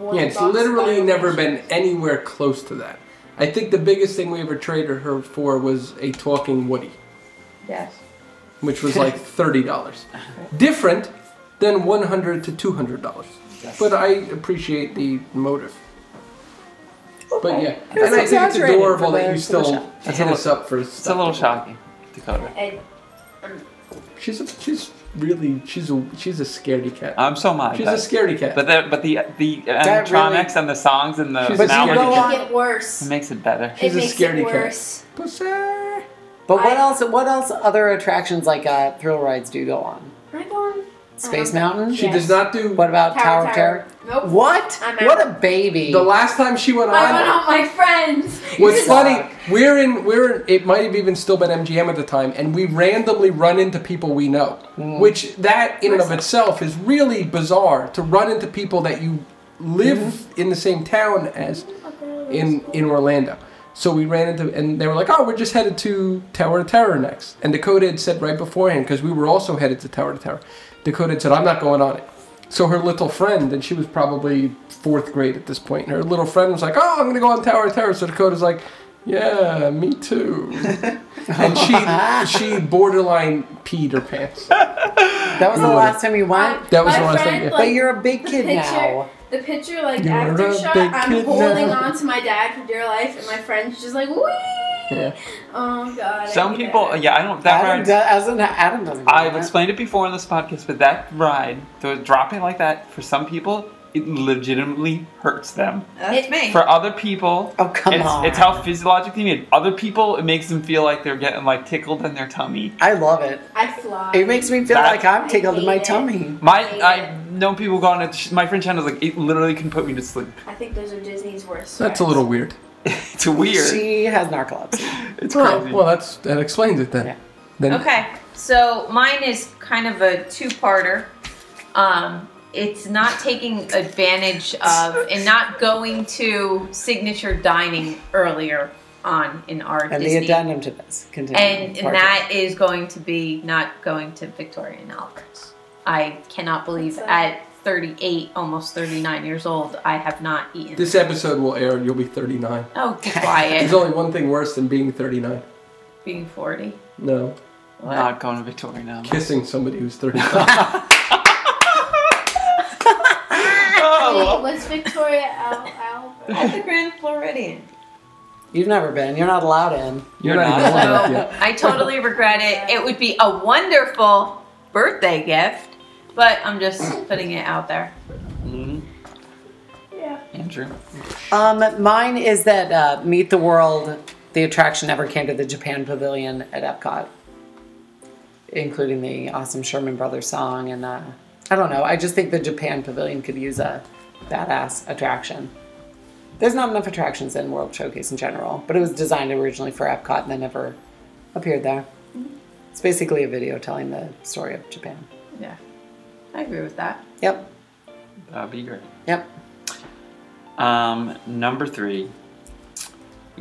S7: One
S4: Yeah, it's
S7: box
S4: literally
S7: of-
S4: never been anywhere close to that. I think the biggest thing we ever traded her for was a talking Woody,
S3: Yes.
S4: which was
S1: (laughs)
S4: like thirty dollars. Different than one hundred to two hundred dollars. But I appreciate the motive. But yeah,
S1: It was
S4: and I think it's
S1: exaggerated
S4: adorable
S1: for
S4: that
S1: the-
S4: you
S1: for the
S4: still
S1: shop.
S2: That's
S4: hit
S2: a
S4: us up for stuff.
S2: It's a little shocking, Dakota.
S7: And
S4: She's a, she's really she's a she's a scaredy cat.
S2: I'm so mad.
S4: she's
S2: that-
S4: a scaredy cat.
S2: but the but the the
S1: That
S2: animatronics
S1: really-
S2: and the songs and the
S4: She's a
S2: and
S4: Now
S7: now
S4: we're
S7: it
S2: hours
S1: go
S2: it
S1: on.
S7: make it worse.
S2: makes it better.
S4: She's
S7: it
S4: a
S7: makes
S4: scaredy
S7: it
S4: cat.
S7: worse.
S4: Pussy.
S1: But what
S7: I-
S1: else? What else? Other attractions like uh, thrill rides do go on.
S7: Am I going?
S1: Space
S7: Um,
S1: Mountain.
S4: She does
S7: Yes.
S4: not do.
S1: What about Tower, of Terror?
S7: Nope.
S1: What?
S7: I'm out.
S1: What a baby.
S4: The last time she went on,
S7: I went out with my friends.
S4: What's
S1: Yes.
S4: funny, we're in, we're in, it might have even still been MGM at the time, and we randomly run into people we know, which that in and of itself is really bizarre to run into people that you live in the same town as in in Orlando. So we ran into, and they were like, "Oh, we're just headed to Tower of Terror next." And Dakota had said right beforehand, because we were also headed to Tower of Terror. Dakota had said, "I'm not going on it." So her little friend, and she was probably fourth grade at this point, and her little friend was like, "Oh, I'm gonna go on Tower of Terror." So Dakota's like, "Yeah, me too." and she she borderline peed her pants.
S1: that was the
S4: No.
S1: last time you went.
S4: That was
S7: (laughs) my
S4: the last
S7: friend,
S4: thing, yeah.
S7: Like,
S1: but you're a big
S7: the
S1: kid
S7: picture,
S1: now.
S7: The picture, like
S4: You're a
S7: after shot,
S4: big
S7: I'm
S4: kid
S7: holding
S4: now.
S7: on to my dad for dear life, and my friend's just like, wee.
S4: Yeah.
S7: Oh god. I
S2: Some
S7: hate
S2: people,
S7: it.
S2: yeah, I don't. That
S1: Adam,
S2: ride-
S1: do, doesn't, Adam doesn't. go
S2: I've
S1: on it.
S2: explained it before on this podcast, but that ride, the dropping like that, for some people, it legitimately hurts them.
S3: That's me.
S2: For other people,
S1: Oh come
S2: it's,
S1: on!
S2: it's how physiologically made. Other people, it makes them feel like they're getting like tickled in their tummy.
S1: I love it.
S7: I fly.
S1: It makes me feel
S2: That-
S1: like I'm tickled in
S7: I
S1: my
S7: hate it.
S1: tummy.
S2: My,
S7: Hate
S2: I know people go on it. My friend China's like, it literally can put me to sleep.
S7: I think those are Disney's worst.
S4: That's a
S7: rides.
S4: little weird.
S2: It's weird.
S1: She has narcolepsy.
S2: it's
S4: Well,
S2: crazy.
S4: well, that's that explains it then.
S1: Yeah.
S4: Then
S3: Okay, so mine is kind of a two-parter. Um, it's not taking advantage of and not going to signature dining earlier on in our
S1: And the
S3: Disney.
S1: addendum to this. Continue.
S3: and
S1: Parker.
S3: that is going to be not going to Victoria and Albert's. I cannot believe
S7: That's sad.
S3: at 38, almost 39 years old, I have not eaten.
S4: this episode will air. You'll be 39.
S3: oh, be
S4: There's (laughs)
S3: quiet.
S4: only one thing worse than being 39.
S3: Being 40.
S4: No,
S3: What?
S2: not going to Victoria now.
S4: kissing somebody who's 39.
S2: (laughs) Oh,
S7: Wait, was Victoria Al- Albert?
S2: (laughs)
S3: At the Grand Floridian.
S1: You've never been. You're not allowed in.
S4: You're
S2: You're not
S4: not even old
S3: So
S4: enough yet.
S3: I totally regret it. It would be a wonderful birthday gift, but I'm just putting it out there.
S2: Mhm. Sure.
S1: Um, mine is that uh, Meet the World, the attraction never came to the Japan Pavilion at Epcot, including the awesome Sherman Brothers song. And uh, I don't know, I just think the Japan Pavilion could use a badass attraction. There's not enough attractions in World Showcase in general, but it was designed originally for Epcot and then never appeared there. It's basically a video telling the story of Japan.
S3: Yeah, I agree with that.
S1: Yep,
S2: That'd uh, be great.
S1: yep.
S2: Um, number three,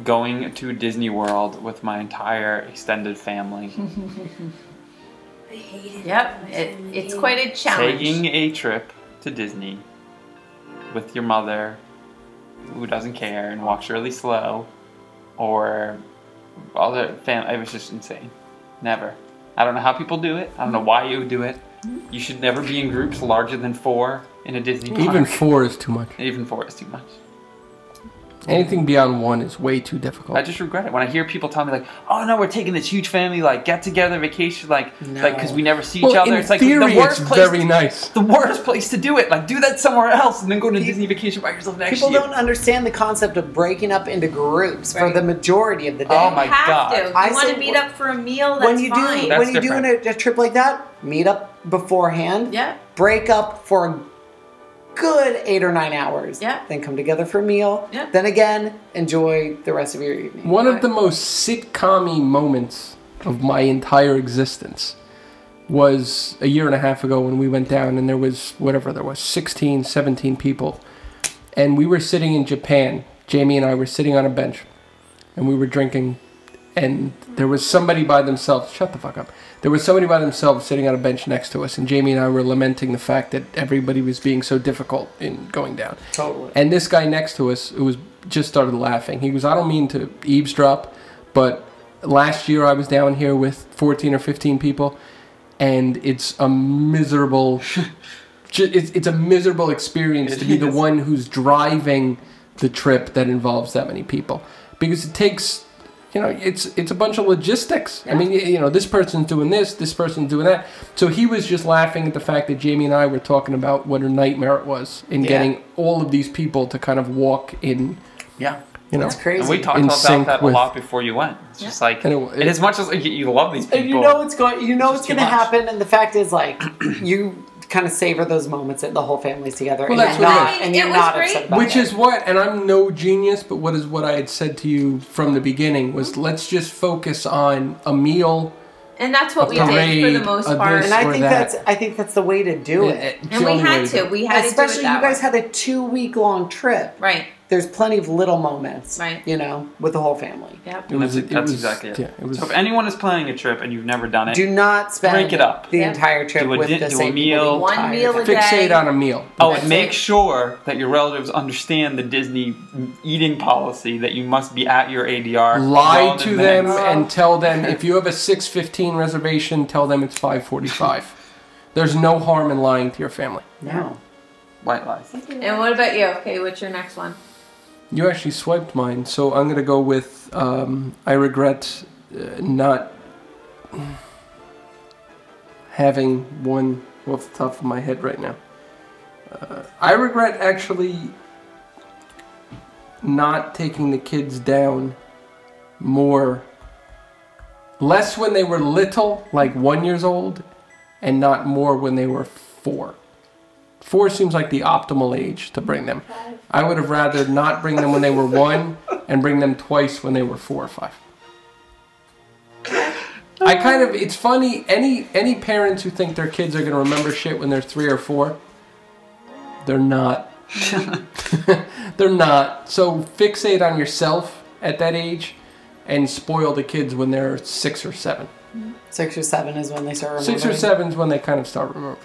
S2: going to Disney World with my entire extended family,
S7: I hate it.
S3: Yep, it, it's quite a challenge.
S2: taking a trip to Disney with your mother, who doesn't care and walks really slow, or all the family. It was just insane. Never. I don't know how people do it. I don't know why you would do it. You should never be in groups larger than four in a Disney (laughs) park.
S4: Even four is too much.
S2: Even four is too much.
S4: Anything beyond one is way too difficult.
S2: I just regret it when I hear people tell me like, "Oh no, we're taking this huge family like get together vacation like like because we never see each
S4: well,
S2: other."
S4: in
S2: It's like
S4: theory,
S2: the worst
S4: it's
S2: place.
S4: very nice.
S2: the worst place to do it. Like do that somewhere else and then go on a Disney vacation by yourself next
S1: People
S2: year.
S1: don't understand the concept of breaking up into groups for the majority of the day.
S2: Oh
S3: You
S2: my
S3: have
S2: God.
S3: to. If
S1: I
S3: you want
S1: said-
S3: to meet up for a meal, that's
S1: when you
S3: fine.
S1: do
S2: That's
S1: when you do
S2: different.
S1: an, a trip like that, meet up beforehand.
S3: Yeah.
S1: Break up for a good eight or nine hours.
S3: Yeah.
S1: Then come together for a meal.
S3: Yeah.
S1: Then again, enjoy the rest of your evening.
S4: One of the most sitcom moments of my entire existence was a year and a half ago when we went down and there was whatever there was 16 17 people and we were sitting in Japan Jamie and I were sitting on a bench and we were drinking and there was somebody by themselves shut the fuck up there was somebody by themselves sitting on a bench next to us and Jamie and I were lamenting the fact that everybody was being so difficult in going down
S1: Totally.
S4: and this guy next to us, who was just started laughing. He goes, "I don't mean to eavesdrop, but last year I was down here with 14 or 15 people, and it's a miserable, ju- it's, it's a miserable experience
S2: It
S4: to be the
S2: is.
S4: one who's driving the trip that involves that many people, because it takes." You know, it's it's a bunch of logistics. I mean, y- you know, this person's doing this, this person's doing that. So he was just laughing at the fact that Jamie and I were talking about what a nightmare it was in
S1: Yeah.
S4: getting all of these people to kind of walk in,
S2: yeah.
S4: you know.
S1: That's crazy.
S2: And we talked
S4: in
S2: about
S4: sync
S2: that
S4: with-
S2: a lot before you went. It's just like,
S4: And
S2: and,
S4: it- it-
S2: as much as like, you- you love these people,
S1: And you know what's going you know
S2: It's
S1: it's
S2: just
S1: gonna
S2: too much.
S1: happen and the fact is like (clears throat) you kind of savor those moments that the whole family's together
S4: Well,
S1: and
S4: that's
S1: you're
S4: what it
S1: not
S3: is.
S1: and
S3: It
S1: you're
S3: was
S1: not
S3: great.
S1: upset about
S4: Which
S1: it.
S4: is what, and I'm no genius, but what is what I had said to you from the beginning was let's just focus on a meal.
S3: and that's what we
S4: Parade
S3: did for the most
S4: of
S3: part.
S4: this
S1: and I
S4: or
S1: think
S4: that.
S1: that's I think that's the way to do
S4: eh,
S1: it.
S3: And we had to. We had
S1: Especially
S3: to.
S1: you
S3: do it that
S1: guys
S3: way.
S1: had a two week long trip.
S3: right.
S1: there's plenty of little moments,
S3: Right.
S1: You know, with the whole family.
S3: Yep.
S4: It
S2: that's,
S4: was,
S2: that's exactly it.
S4: Yeah, it was.
S2: so if anyone is planning a trip and you've never done it,
S1: Do not spend
S2: Break it up.
S1: the
S3: Yeah.
S1: entire trip
S2: Do a
S1: with
S2: di-
S1: the
S2: do a
S1: same
S2: meal.
S1: people the
S3: One
S1: entire
S3: meal a
S1: time.
S3: day.
S4: fixate on a meal.
S2: Oh,
S3: That's
S2: and make
S3: it.
S2: sure that your relatives understand the Disney eating policy that you must be at your ADR. well
S4: Lie
S2: in
S4: to them
S2: advance.
S4: and
S2: (laughs)
S4: tell them if you have a 6:15 reservation, tell them it's 5:45. There's no harm in lying to your family.
S1: No,
S2: White lies.
S3: And what about you? Okay, what's your next one?
S4: You actually swiped mine, so I'm gonna go with um, I regret uh, not having one off the top of my head right now. Uh, I regret actually not taking the kids down more, less when they were little, like one years old, and not more when they were four. Four seems like the optimal age to bring them. I would have rather not bring them when they were one and bring them twice when they were four or five. I kind of it's funny any any parents who think their kids are gonna remember shit when they're three or four, they're not. (laughs) they're not. So fixate on yourself at that age and spoil the kids when they're six or seven.
S1: six or seven is when they start. Remembering.
S4: Six or seven's when they kind of start remembering.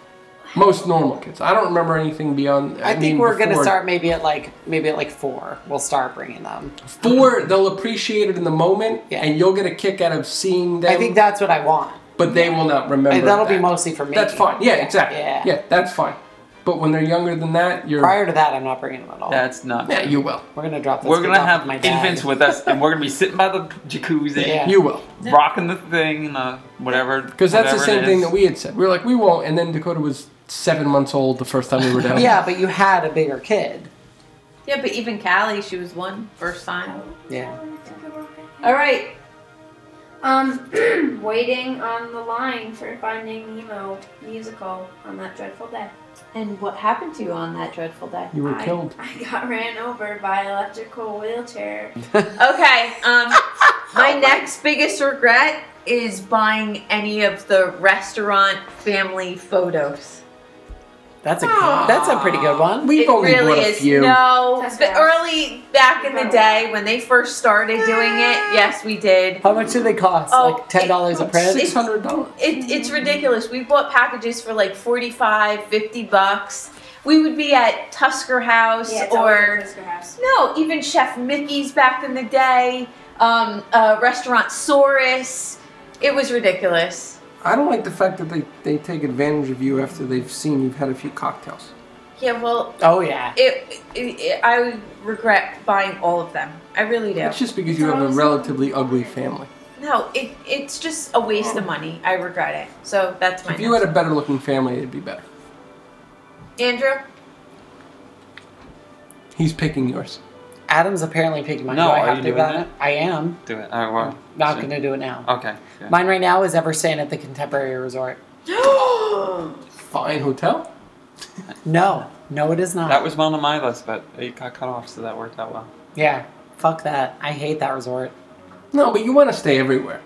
S4: Most normal kids. I don't remember anything beyond.
S1: I,
S4: mean,
S1: think we're gonna
S4: before.
S1: start maybe at like maybe at like four. We'll start bringing them.
S4: Four, they'll appreciate it in the moment,
S1: Yeah.
S4: and you'll get a kick out of seeing them.
S1: I think that's what I want.
S4: but they will not remember.
S1: And that'll be
S4: that.
S1: mostly for me.
S4: That's fine. Yeah, exactly.
S1: Yeah.
S4: Yeah. that's fine. But when they're younger than that, you're.
S1: Prior to that, I'm not bringing them at all.
S2: That's not.
S4: yeah, you will.
S1: we're gonna drop. This
S2: We're gonna
S1: off
S2: have
S1: with my dad.
S2: infants with us, and we're gonna be sitting by the jacuzzi,
S1: Yeah.
S4: You will.
S2: rocking the thing, and uh, whatever.
S4: Because that's the
S2: whatever it
S4: same thing
S2: is.
S4: that we had said. We were like, we won't. And then Dakota was seven months old the first time we were down.
S1: Yeah, but you had a bigger kid.
S3: Yeah, but even Callie, she was one first time.
S1: Yeah.
S3: All right.
S7: Um, (clears throat) waiting on the line for Finding Nemo musical on that dreadful day.
S3: And what happened to you on that dreadful day?
S4: You were
S7: I-
S4: killed.
S7: I got ran over by electrical wheelchair.
S3: Okay.
S4: (laughs)
S3: Um,
S4: Oh
S3: my next biggest regret is buying any of the restaurant family photos.
S1: That's a that's a pretty good one.
S4: We've
S3: it
S4: only
S3: really
S4: bought a
S3: is.
S4: few.
S3: No,
S7: That's
S3: but
S7: gross.
S3: early back in the day when they first started doing it,
S7: (gasps)
S3: yes, we did.
S1: How much do they cost?
S3: Oh,
S1: like ten dollars a print?
S4: Six hundred dollars.
S3: It, it's ridiculous. We bought packages for like 45, 50 bucks. We would be at Tusker House
S7: Yeah, it's always
S3: or
S7: in Fisker House.
S3: No, even Chef Mickey's back in the day, um, uh, Restaurant Saurus. It was ridiculous.
S4: I don't like the fact that they, they take advantage of you after they've seen you've had a few cocktails.
S3: Yeah, well,
S1: oh yeah.
S3: it, it, it, I would regret buying all of them. I really do.
S4: That's just because you have a relatively ugly family.
S3: No, it, it's just a waste of money. I regret it. So that's my
S4: If you had a better looking family, it'd be better.
S3: Andrew? (gasps)
S4: He's picking yours.
S1: Adam's apparently picked mine.
S2: No,
S1: do I
S2: are
S1: have
S2: you
S1: to
S2: doing
S1: vote on
S2: that?
S1: it? I am.
S2: Do it. All right, well,
S1: Not
S2: so-
S1: gonna do it now.
S2: Okay. good.
S1: Mine right now is ever staying at the Contemporary Resort.
S4: Fine hotel.
S1: No, no, it is not.
S2: that was one on my list, but it got cut off, so that worked out well.
S1: yeah. Fuck that. I hate that resort.
S4: No, but you want to stay everywhere.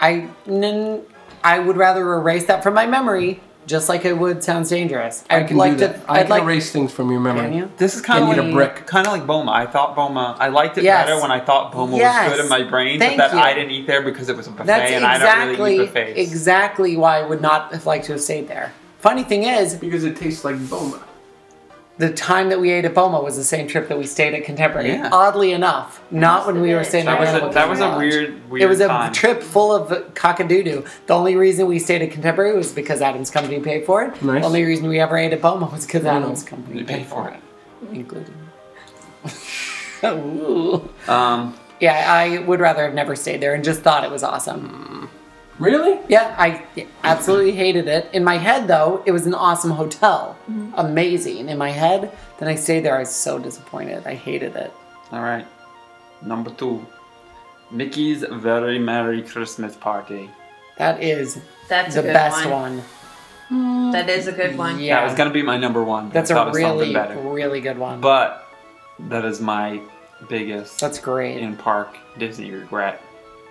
S1: I n- I would rather erase that from my memory, just like I would sounds dangerous.
S4: I
S1: I'd
S4: can
S1: like
S4: do that.
S1: to.
S4: I
S1: I'd
S4: can
S1: like
S4: erase things from your
S1: Can
S4: memory.
S1: you?
S2: This is kind
S4: I
S2: of
S4: need
S2: like
S4: a brick.
S2: kind of like Boma. I thought Boma. I liked it
S1: Yes.
S2: better when I thought Boma
S1: Yes.
S2: was good in my brain,
S1: Thank
S2: but that
S1: you.
S2: I didn't eat there because it was a buffet,
S1: That's
S2: and I don't
S1: exactly
S2: really eat buffets.
S1: exactly why I would not have liked to have stayed there. Funny thing is,
S4: Because it tastes like Boma.
S1: the time that we ate at Boma was the same trip that we stayed at Contemporary.
S2: Yeah.
S1: Oddly enough, not when we were staying
S2: That
S1: at
S2: was a
S1: Ramble
S2: that was a
S1: Lodge.
S2: weird weird.
S1: It was a
S2: time.
S1: trip full of cockadoodoo. The only reason we stayed at Contemporary was because Adam's company paid for it.
S4: Nice.
S1: The only reason we ever ate at Boma was because Adam's company
S2: You
S1: paid, for it, including. (laughs) Ooh.
S2: Um,
S1: Yeah, I would rather have never stayed there and just thought it was awesome.
S4: Really?
S1: Yeah, I absolutely hated it. In my head, though, it was an awesome hotel.
S3: Mm-hmm.
S1: Amazing. In my head, then I stayed there. I was so disappointed. I hated it.
S2: all right, number two, Mickey's very merry Christmas party.
S1: That is
S3: That's
S1: the
S3: a good
S1: best
S3: one.
S1: one.
S3: That is a good one.
S1: Yeah,
S2: That was gonna be my number one. but
S1: That's
S2: I thought
S1: a
S2: of
S1: really,
S2: something better.
S1: really good one.
S2: But that is my biggest
S1: That's great.
S2: in park Disney regret.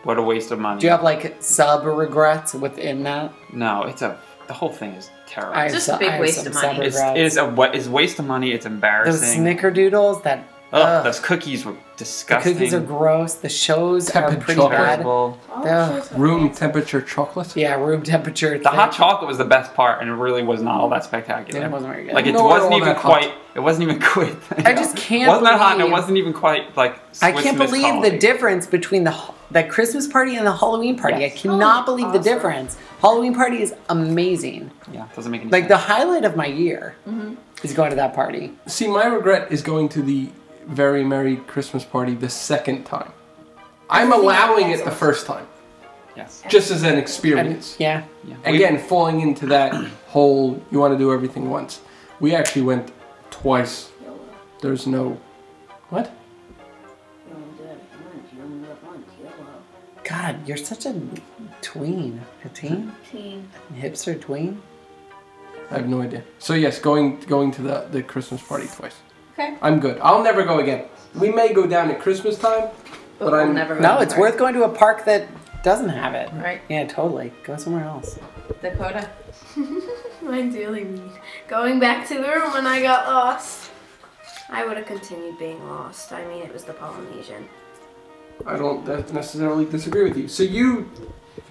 S2: What a waste of money.
S1: Do you have like sub regrets within that?
S2: no, it's a the whole thing is terrible.
S1: I have
S3: Just
S1: so-
S3: a big
S1: I have
S3: waste
S1: some
S3: of money.
S1: sub
S2: It's,
S1: regrets.
S2: it's a wa- it's waste of money. It's
S1: Those
S2: embarrassing.
S1: snickerdoodles that.
S2: Ugh,
S1: ugh,
S2: those cookies were
S1: the
S2: disgusting.
S1: cookies are gross. The shows are
S4: Tepid
S1: pretty
S4: chocolate.
S1: bad.
S2: terrible.
S7: All
S3: Oh,
S1: Ugh.
S7: shows have
S4: Room
S7: fancy-
S4: temperature chocolate.
S1: Yeah, room temperature.
S2: The hot
S1: thing.
S2: chocolate was the best part, and it really was not all that spectacular.
S1: Yeah, it wasn't very good.
S2: Like it
S4: Nor
S2: wasn't
S4: all
S2: even
S4: that hot.
S2: quite. It wasn't even (laughs) quite.
S1: I just can't
S2: Wasn't that hot? And it
S1: believe-
S2: wasn't even quite like.
S1: I
S2: Swiss
S1: can't
S2: Miss
S1: believe
S2: Holiday.
S1: the difference between the ho- the Christmas party and the Halloween party. I
S2: Yes.
S1: cannot
S7: Oh,
S1: believe
S7: awesome.
S1: the difference. Halloween party is amazing.
S2: Yeah, doesn't make any
S1: Like the
S2: sense.
S1: highlight of my year is going to that party.
S4: See, my regret is going to the very merry Christmas party the second time. I'm allowing it the first time,
S2: Yes.
S4: just as an
S1: And
S4: experience.
S1: yeah,
S2: Yeah. We-
S4: Again, falling into that whole you want to do everything once. We actually went twice. There's no. What?
S9: You only do everything once. You only live once. YOLO.
S1: God, you're such a tween, a teen,
S7: Teen.
S1: hipster tween.
S4: I have no idea. So yes, going going to the, the Christmas party twice.
S3: Okay.
S4: I'm good. I'll never go again. We may go down at Christmas time, but,
S3: But we'll
S4: I'm
S3: never
S1: No, it's worth going to a park that doesn't have it.
S3: Right.
S1: Yeah, totally. Go somewhere else.
S3: Dakota.
S7: Mine's really mean. Going back to the room when I got lost. I would have continued being lost. I mean, it was the Polynesian.
S4: I don't ne- necessarily disagree with you. So you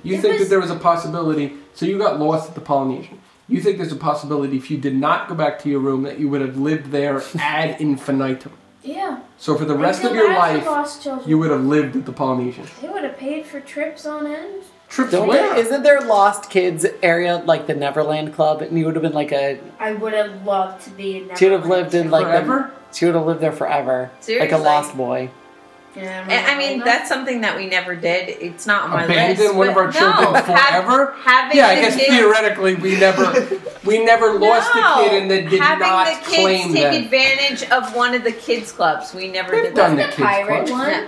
S4: you
S7: It
S4: think
S7: was-
S4: that there was a possibility. So you got lost at the Polynesian. You think there's a possibility if you did not go back to your room that you would have lived there (laughs) ad infinitum.
S7: Yeah.
S4: So for the rest of your life,
S7: Lost children.
S4: you would have lived at the Polynesian.
S7: They would have paid for trips on end.
S4: Trips
S1: Don't
S4: where?
S1: there, isn't there Lost Kids area like the Neverland Club? And you would have been like a.
S7: I would have loved to be in.
S1: She would have lived in like the-
S4: Forever?
S1: she would have lived there forever, like
S3: Seriously?
S1: a lost boy.
S7: Yeah,
S3: And, I mean, that's something that we never did. It's not on my
S4: Abandon
S3: list.
S4: one of
S3: but
S4: our children
S3: no,
S4: forever?
S3: Have, having
S4: Yeah, I
S3: the
S4: guess
S3: kids,
S4: theoretically we never we never
S3: (laughs) No,
S4: lost the kid and then did
S3: having
S4: not
S3: the kids
S4: claim
S3: take
S4: them.
S3: advantage of one of the kids clubs. We never
S4: They've
S3: did
S4: done
S3: that.
S4: the
S7: the
S4: kids
S7: pirate
S4: club.
S7: one.
S3: Yeah.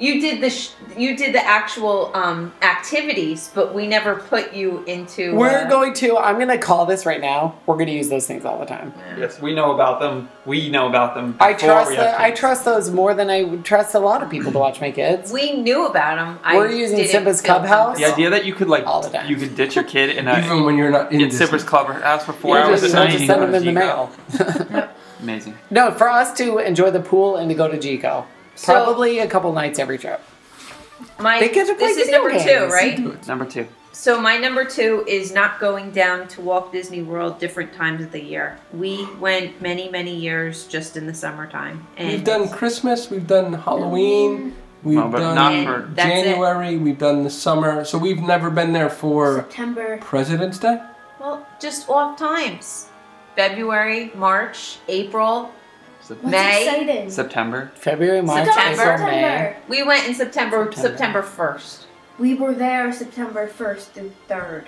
S3: You did the sh- you did the actual um, activities, but we never put you into.
S1: We're
S3: uh,
S1: going to, I'm going to call this right now. We're going to use those things all the time.
S2: Yes, we know about them. We know about them.
S1: I
S2: before
S1: trust
S2: we have
S1: the, I
S2: kids.
S1: trust those more than I would trust a lot of people to watch my kids.
S3: We knew about them.
S1: We're using Simba's Club House?
S2: The idea that you could like
S1: All the time.
S2: you could ditch your kid in a
S8: Even when you're not in
S2: in
S8: Disney.
S2: Sippers Club or ask for four
S1: You
S2: hours
S1: just,
S2: at
S1: you
S2: night.
S1: just
S2: and
S1: send
S2: go
S1: them
S2: to
S1: in the
S2: Gigo.
S1: mail. (laughs)
S2: Amazing.
S1: No, for us to enjoy the pool and to go to Gico.
S3: So-
S1: Probably a couple nights every trip.
S3: My,
S1: They get to play
S3: this is
S1: video
S3: number
S1: games.
S3: two, right?
S2: Number two.
S3: So my number two is not going down to Walt Disney World different times of the year. We went many, many years just in the summertime. And
S8: We've done Christmas, we've done Halloween, we've
S2: Well, but
S8: done
S2: not
S3: and
S2: for-
S3: Mm-hmm. that's it.
S8: January, we've done the summer, so we've never been there for
S7: September.
S8: President's Day.
S3: Well, just off times. February, March, April.
S2: Sep-
S6: What's
S3: May?
S6: exciting?
S2: September.
S1: February, March,
S3: September.
S1: April, May.
S3: We went in September, September 1st.
S7: We were there September 1st through 3rd.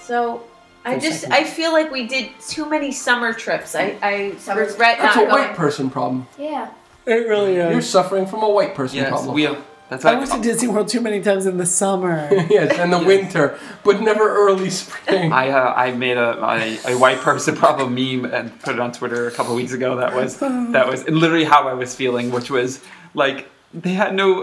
S3: So I
S1: Full
S3: just
S1: second.
S3: I feel like we did too many summer trips. I, I
S7: Summer-
S3: regret
S8: That's a
S3: not
S8: white
S3: going.
S8: person problem.
S7: Yeah.
S1: It really
S8: You're
S1: is.
S8: suffering from a white person
S2: Yes,
S8: problem.
S2: we have. That's
S1: I
S2: like
S1: went to Disney World too many times in the (laughs) summer.
S8: (laughs) yes, and the winter, but never early spring.
S2: I uh, I made a, a a white person problem meme and put it on Twitter a couple weeks ago. That was that was literally how I was feeling, which was like they had no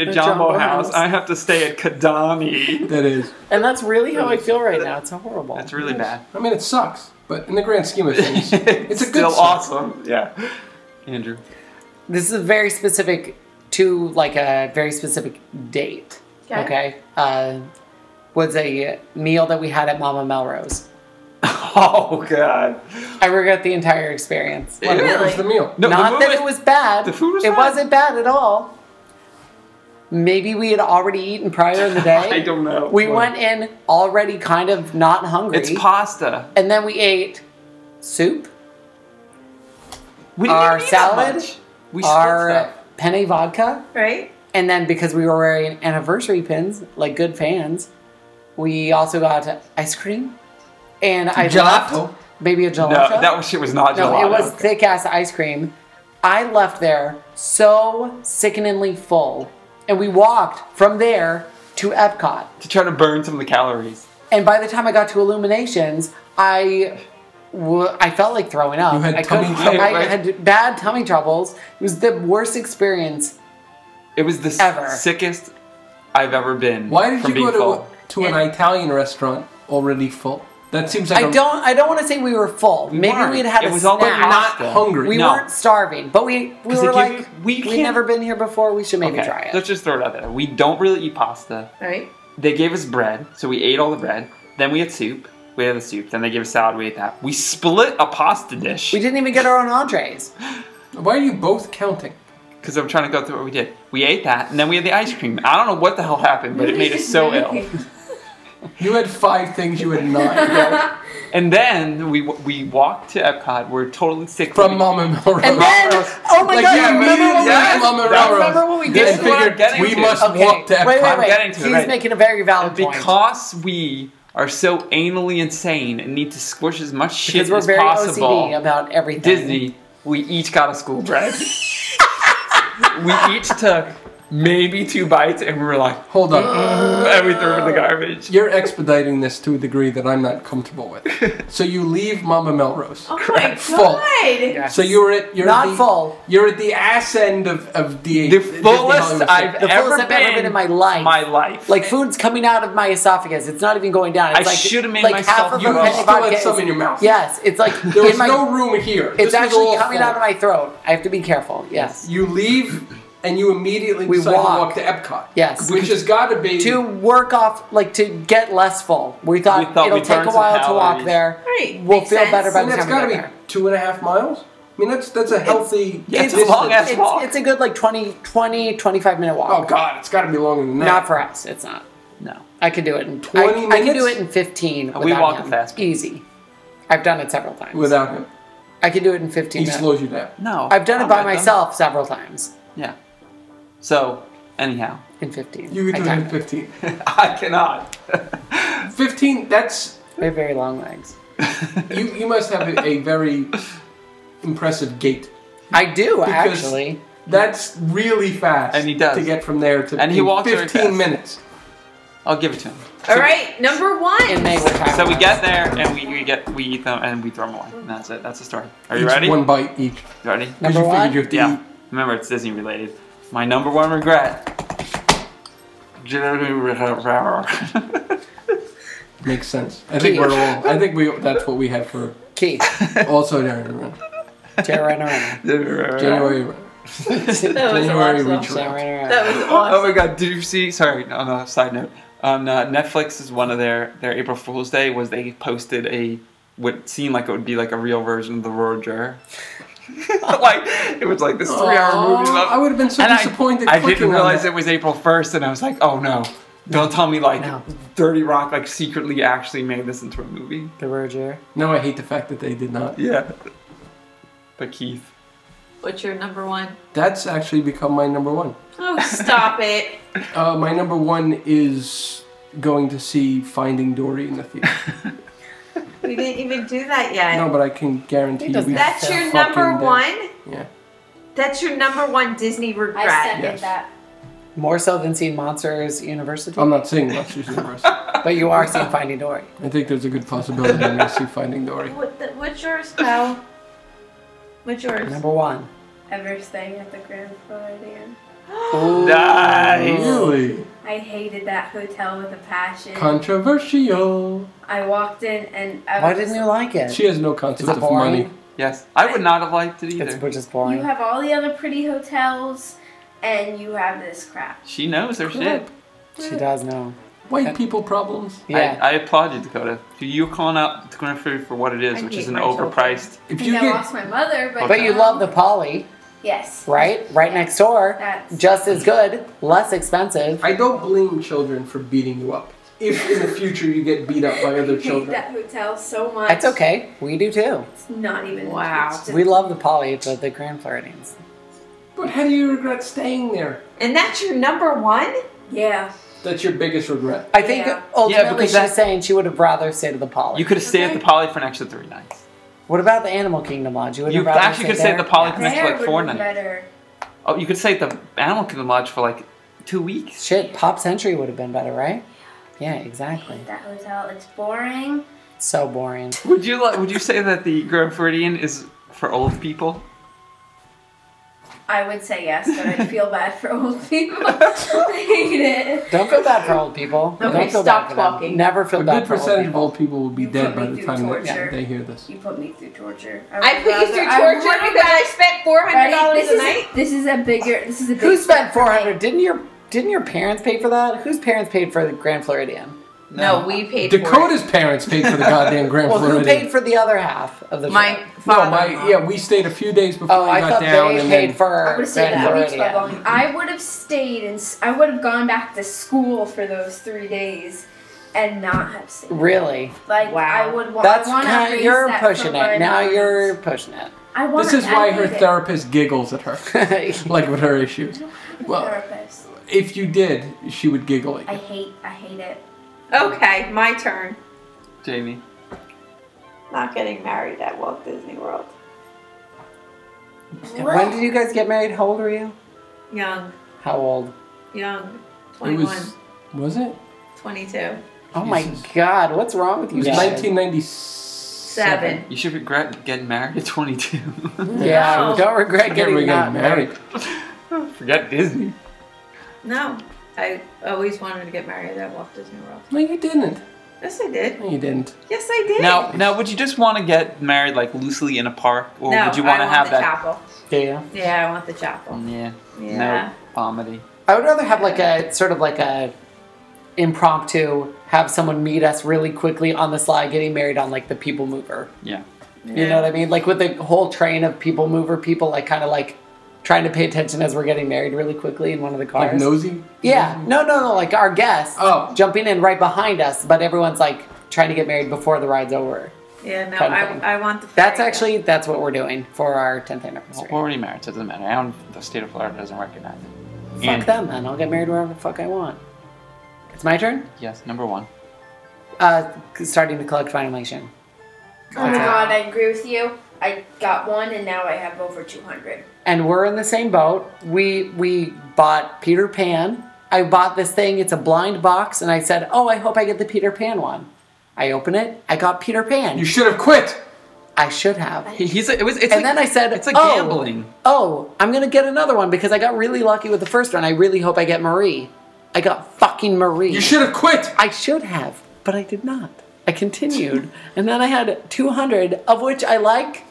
S1: (laughs)
S2: at
S1: At
S2: Jumbo,
S1: Jumbo
S2: House.
S1: House.
S2: I have to stay at Kadani.
S8: that is.
S1: and that's really how I feel right now. It's horrible.
S2: That's really bad.
S8: I mean, it sucks, but in the grand scheme of
S2: (laughs)
S8: things, it's a good
S2: still
S8: suck.
S2: awesome. Yeah, Andrew.
S1: This is very specific to like a very specific date. Okay. Uh, was a meal that we had at Mama Melrose.
S2: Oh God.
S1: I regret the entire experience.
S8: What
S2: Really?
S8: was the meal?
S2: No, the
S1: Not that
S2: movie-
S1: it was bad.
S2: the food was
S1: it
S2: fine.
S1: wasn't bad at all. Maybe we had already eaten prior in the day.
S2: (laughs) I don't know.
S1: We went in already kind of not hungry.
S2: It's pasta.
S1: and then we ate soup,
S2: We
S1: Our
S2: even eat that
S1: salad,
S2: much. We split
S1: our
S2: stuff.
S1: penne vodka,
S3: Right?
S1: and then because we were wearing anniversary pins, like good fans, we also got ice cream. And I
S8: Gelato.
S1: left maybe a gelato.
S2: No, that was- shit was not
S1: No,
S2: gelato.
S1: it was thick ass ice cream. I left there so sickeningly full, and we walked from there to Epcot.
S2: to try to burn some of the calories.
S1: And by the time I got to Illuminations, I, w- I felt like throwing up.
S8: You had
S1: I
S8: tummy
S1: couldn't-
S2: trouble,
S1: I
S2: right?
S1: had bad tummy troubles. It was the worst experience.
S2: It was the s-
S1: Ever.
S2: sickest I've ever been.
S8: Why did
S2: from
S8: you
S2: being
S8: go
S2: full.
S8: to, to an Italian restaurant already full? That seems like
S1: I
S8: a-
S1: don't. I don't want to say we were full. Maybe
S2: weren't.
S1: we had had
S2: it
S1: a
S2: was all
S1: snack.
S2: the
S8: Not
S2: pasta.
S8: hungry.
S1: we
S2: no.
S1: weren't starving, but we we
S2: 'Cause they
S1: were
S2: give
S1: like
S2: you- we
S1: we've
S2: can't-
S1: never been here before. We should maybe
S2: Okay,
S1: try it.
S2: let's just throw it out there. We don't really eat pasta.
S4: (laughs)
S3: Right?
S2: They gave us bread, so we ate all the bread. Then we had soup. We had the soup. Then they gave us salad. We ate that. We split a pasta dish.
S1: We didn't even get our own entrees.
S8: Why are you both counting?
S2: because I'm trying to go through what we did. We ate that, and then we had the ice cream. I don't know what the hell happened, but it made us so ill.
S8: You had five things, you had nine.
S1: (laughs)
S2: And then we we walked to Epcot. We're totally sick
S8: From Mama Melrose.
S1: And then, oh my
S8: like
S1: god,
S8: you
S1: I remember
S8: immediately
S1: when we
S8: yes,
S2: Yes,
S8: Mama
S2: that-
S8: Melrose.
S1: remember when we did
S8: and
S1: this? What I'm
S8: figured
S2: getting
S8: we
S2: to.
S8: must
S1: Okay,
S8: walk to Epcot.
S1: Wait, wait, wait.
S2: getting to it,
S1: He's
S2: right.
S1: making a very valid point.
S2: because we are so anally insane and need to squish as much shit
S1: because we're
S2: as
S1: very
S2: possible.
S1: OCD about everything.
S2: Disney, we each got a school bread. we each took maybe two bites, and we were like,
S8: Hold on.
S1: Mm.
S2: and we threw it in the garbage.
S8: You're expediting this to a degree that I'm not comfortable
S1: (laughs)
S8: with. so you leave Mama Melrose.
S3: Oh my
S8: Full.
S3: god.
S1: Yes.
S8: So you're at you're
S1: Not
S8: the,
S1: full.
S8: You're at the ass end of of the
S2: The
S8: Disney
S2: fullest
S8: Hollywood
S2: I've
S8: Strip.
S1: The fullest
S2: ever,
S1: I've ever been in my life.
S2: My life.
S1: Like food's coming out of my esophagus. It's not even going down. It's
S2: I
S1: like,
S2: should have made
S1: like
S2: myself
S1: half of
S2: do
S1: a
S2: that.
S1: penny
S2: You
S8: still had
S1: vodka
S8: some
S1: is-
S8: in your mouth.
S1: Yes, it's like
S8: There was
S1: in my,
S8: no room here.
S1: It's
S8: This was
S1: actually
S8: all
S1: coming
S8: full.
S1: out of my throat. I have to be careful. Yes.
S8: You leave and you immediately
S1: We
S8: decide to
S1: walk.
S8: walk to Epcot.
S1: Yes.
S8: Which has got to be
S1: To work off, like to get less full. We thought,
S2: We thought
S1: it'll
S2: we
S1: take
S2: burned
S1: a
S2: some
S1: while to walk
S2: calories.
S1: there.
S3: Right,
S1: We'll
S3: makes
S1: feel
S3: sense.
S1: better by
S8: And
S1: the
S8: that's
S1: time we
S8: got to
S1: get
S8: be
S1: there.
S8: two and a half miles. I mean, that's that's a healthy.
S2: yeah, it's
S8: distance.
S2: a long ass walk.
S1: It's, it's a good like 20, 20, 25 minute walk.
S8: Oh God, it's got to be longer than that.
S1: Not for us. It's not.
S2: no.
S1: I could do it in
S8: 20
S1: I, I could do
S8: minutes?
S1: it in 15.
S2: We
S1: without
S2: walk
S1: him.
S2: it fast.
S1: Easy. I've done it several times.
S8: without him.
S1: I could do it in 15
S8: He
S1: minutes.
S8: slows you down.
S2: No.
S1: I've done it
S2: I'm
S1: by
S2: not done.
S1: myself several times.
S2: Yeah. So, anyhow,
S1: in 15.
S4: You
S1: I
S4: could do it
S1: timed
S4: in 15.
S2: (laughs) I cannot. (laughs)
S4: 15, that's.
S1: it. They have very long legs.
S4: You, you must have a, a very impressive gait.
S1: I do,
S4: Because-
S1: actually.
S4: That's really fast.
S2: And he does.
S4: To get from there to
S2: And he
S4: in
S2: walks very
S4: 15
S2: fast.
S4: minutes.
S2: I'll give it to him.
S3: All right, number
S1: And they
S3: one.
S1: were tired.
S2: So we get there and we, we get we eat them and we throw them away. And that's it. That's the story. Are you
S4: Each
S2: ready?
S4: One bite each.
S2: You ready?
S1: Number
S4: you
S1: one?
S4: figured you have to
S2: Yeah.
S4: eat.
S2: Remember, it's Disney related. My number one regret.
S4: Makes sense. I think we're all. I think we. That's what we have for
S1: Keith,
S4: also January.
S2: (laughs)
S4: run.
S1: Jared Renner.
S2: January.
S4: January. run.
S3: That was
S4: January
S3: awesome.
S4: reach
S1: Jared
S4: around.
S1: Renner.
S3: (laughs) That was
S2: (laughs)
S3: awesome.
S2: Oh my god, did you see? Sorry, on a side note. On uh, Netflix is one of their, their April Fool's Day was they posted a what seemed like it would be like a real version of the Roar Juror. (laughs) like it was like this three hour movie.
S4: Aw,
S2: about-
S4: I would have been so
S2: And I-
S4: disappointed.
S2: I,
S4: clicking
S2: didn't
S4: on
S2: realize
S4: that.
S2: it was April first, and I was like, oh no. Don't tell me like
S1: No.
S2: Dirty Rock like secretly actually made this into a movie.
S1: The Roger.
S4: Now I hate the fact that they did not.
S2: Yeah. But Keith.
S3: What's your number one?
S4: That's actually become my number one.
S3: Oh, stop it.
S4: Uh, my number one is going to see Finding Dory in the theater.
S3: (laughs) We didn't even do that yet.
S4: no, but I can guarantee
S1: He doesn't
S4: we
S1: have
S3: That's your
S4: fucking
S3: number
S4: did.
S3: one.
S4: Yeah.
S3: That's your number one Disney
S6: I
S3: regret.
S6: second
S4: Yes.
S6: that.
S1: More so than seeing Monsters University,
S2: Oh,
S4: I'm not seeing Monsters University.
S1: but you are
S2: (laughs)
S1: seeing Finding Dory.
S4: I think there's a good possibility I'm going to see Finding Dory.
S3: What the, what's yours, pal? What's yours?
S1: Number one.
S7: Ever staying at the Grand Floridian.
S2: Nice.
S4: Really
S7: I hated that hotel with a passion.
S4: controversial.
S7: I walked in and I
S1: Why
S7: was
S1: didn't
S7: just-
S1: you like it?
S4: She has no
S1: Is
S4: concept
S1: it
S4: of
S1: boring?
S4: money.
S2: Yes. I would not have liked
S1: It's
S2: it either.
S1: which is
S7: You
S1: boring.
S7: have all the other pretty hotels, and you have this crap.
S2: She knows her shit.
S1: She does know.
S4: White people problems.
S1: Yeah.
S2: I, I applaud you, Dakota. You calling out the Grand Food for what it is,
S3: I
S2: which
S3: hate
S2: is an
S3: myself.
S2: overpriced.
S4: If
S7: I
S4: you
S7: think I
S4: get
S7: lost my mother, but
S1: but you love the Poly,
S7: (laughs) yes.
S1: right? Right next door.
S7: That's-
S1: Just as good, less expensive.
S4: I don't blame children for beating you up. If in the future you get beat up
S1: (laughs)
S4: by other
S7: I hate
S4: children.
S7: that hotel so much.
S1: That's okay. We do too.
S7: It's not even.
S3: Wow.
S7: it's just-
S1: We love the Poly, but the Grand Floridians.
S4: But how do you regret staying there?
S3: And that's your number one?
S7: yeah.
S4: That's your biggest regret.
S1: I think
S7: Yeah.
S1: ultimately
S2: Yeah, because
S1: she's
S2: that-
S1: saying she would have rather stayed at the Poly.
S2: You could have stayed at the Poly for an extra three nights.
S1: what about the Animal Kingdom Lodge? You would
S2: You
S1: rather
S2: actually could
S1: stay
S2: stay at
S1: there?
S2: the Poly for an
S7: There
S2: extra like
S7: would
S2: four
S7: be
S2: nights.
S7: better.
S2: Oh, you could stay at the Animal Kingdom Lodge for like
S1: (laughs)
S2: two weeks.
S1: Shit, Pop Century would have been better, right? Yeah, exactly.
S7: That hotel. It's boring.
S1: So boring.
S2: Would you like? Would you say that the Grand Floridian is for old people?
S7: I would say yes, but
S1: (laughs)
S7: I feel bad for old people. I hate it.
S1: Don't feel bad for old people.
S3: Okay,
S1: Don't feel
S3: stop
S1: bad for them.
S3: talking.
S1: Never feel
S4: A
S1: bad
S4: good
S1: for old
S4: percentage of
S1: people.
S4: old people will be
S7: You
S4: dead
S7: put
S4: by
S7: me
S4: the
S7: through
S4: time
S7: torture.
S4: that they hear this.
S7: You put me through torture.
S3: I
S7: would
S3: put you through
S7: rather- I
S3: torture
S7: would-
S3: because I spent $400
S7: Ready?
S3: a
S7: This is
S3: night.
S7: this is a bigger. This is a. Big
S1: Who spent
S7: step for me.
S1: four hundred? Didn't your didn't your parents pay for that? Whose parents paid for the Grand Floridian?
S3: No, we paid
S4: Dakota's parents
S1: (laughs)
S4: paid for the goddamn Grand
S1: Well, who
S4: Floridian.
S1: paid for the other half of the
S3: for it. My
S1: trip?
S4: No,
S3: father.
S4: my yeah, we stayed a few days before
S1: Oh,
S4: we
S1: I
S4: got
S1: thought
S4: down,
S1: they
S4: and
S1: paid
S4: then
S1: for
S7: I would have stayed
S1: Grand
S7: that beach
S1: Floridian.
S7: club on. I would have stayed and s- I would have gone back to school for those three days and not have stayed.
S1: Really?
S7: Like
S3: Wow.
S7: I would want.
S1: That's
S7: I wanna
S1: kind.
S7: erase
S1: You're
S7: that
S1: pushing
S7: from my
S1: it. Now
S7: mind.
S1: you're pushing it. (laughs)
S7: I want.
S4: this is why her therapist giggles at her, like with her issues. Well,
S7: therapist.
S4: if you did, she would giggle at
S7: I
S4: you.
S7: hate. I hate it.
S3: Okay, my turn.
S2: Jamie.
S3: Not getting married at Walt Disney World.
S1: when did you guys get married? How old were you?
S3: Young,
S1: How old?
S3: young.
S4: It
S3: 21,
S4: was was it?
S3: 22.
S1: Oh my
S4: Jesus.
S1: God! What's wrong with
S4: It
S1: you?
S4: was
S1: guys?
S4: 1997.
S3: Seven.
S2: You should regret getting married
S1: (laughs)
S2: at 22.
S1: Yeah,
S3: No.
S1: don't regret
S4: Forget
S1: getting
S4: we got
S1: not
S4: married.
S2: Forget Disney.
S3: No, I always wanted to get married at Walt Disney World.
S4: No, you didn't.
S3: Yes, I did.
S4: No, you didn't.
S3: Yes, I did.
S2: Now, now, would you just want to get married like loosely in a park, or
S3: No,
S2: would you
S3: want to
S2: have
S3: the
S2: that?
S3: chapel.
S1: Yeah.
S3: Yeah, I want the chapel.
S2: Yeah.
S3: Yeah.
S2: No comedy.
S1: I would rather have like a sort of like a impromptu have someone meet us really quickly on the sly getting married on like the people mover.
S2: Yeah.
S1: You know what I mean? Like with the whole train of people mover people like kind of like trying to pay attention as we're getting married really quickly in one of the cars.
S4: Like nosy.
S1: yeah. No, no, no, like our guests
S4: Oh.
S1: jumping in right behind us, but everyone's like trying to get married before the ride's over.
S3: Yeah, no,
S1: Fun thing.
S3: I, I want the.
S1: That's
S3: fairy.
S1: actually that's what we're doing for our 10th
S2: Well,
S1: anniversary.
S2: we're already married, so it doesn't matter. I don't, the state of Florida doesn't recognize it. And-
S1: Fuck them then. I'll get married wherever the fuck I want. It's my turn.
S2: Yes, number one.
S1: Uh, starting to collect violation.
S7: Oh my god, I agree with you. I got one and now I have over 200.
S1: and we're in the same boat. We we bought Peter Pan. I bought this thing. It's a blind box, and I said, "Oh, I hope I get the Peter Pan one." I open it. I got Peter Pan.
S4: You should have quit.
S1: I should have.
S2: He- He's a, it was. It's
S1: and
S2: like-
S1: then I said,
S2: it's like
S1: oh,
S2: gambling.
S1: Oh, I'm gonna get another one because I got really lucky with the first one. I really hope I get Marie. I got fucking Marie.
S4: You should have quit.
S1: I should have, but I did not. I continued, and then I had 200, of which I like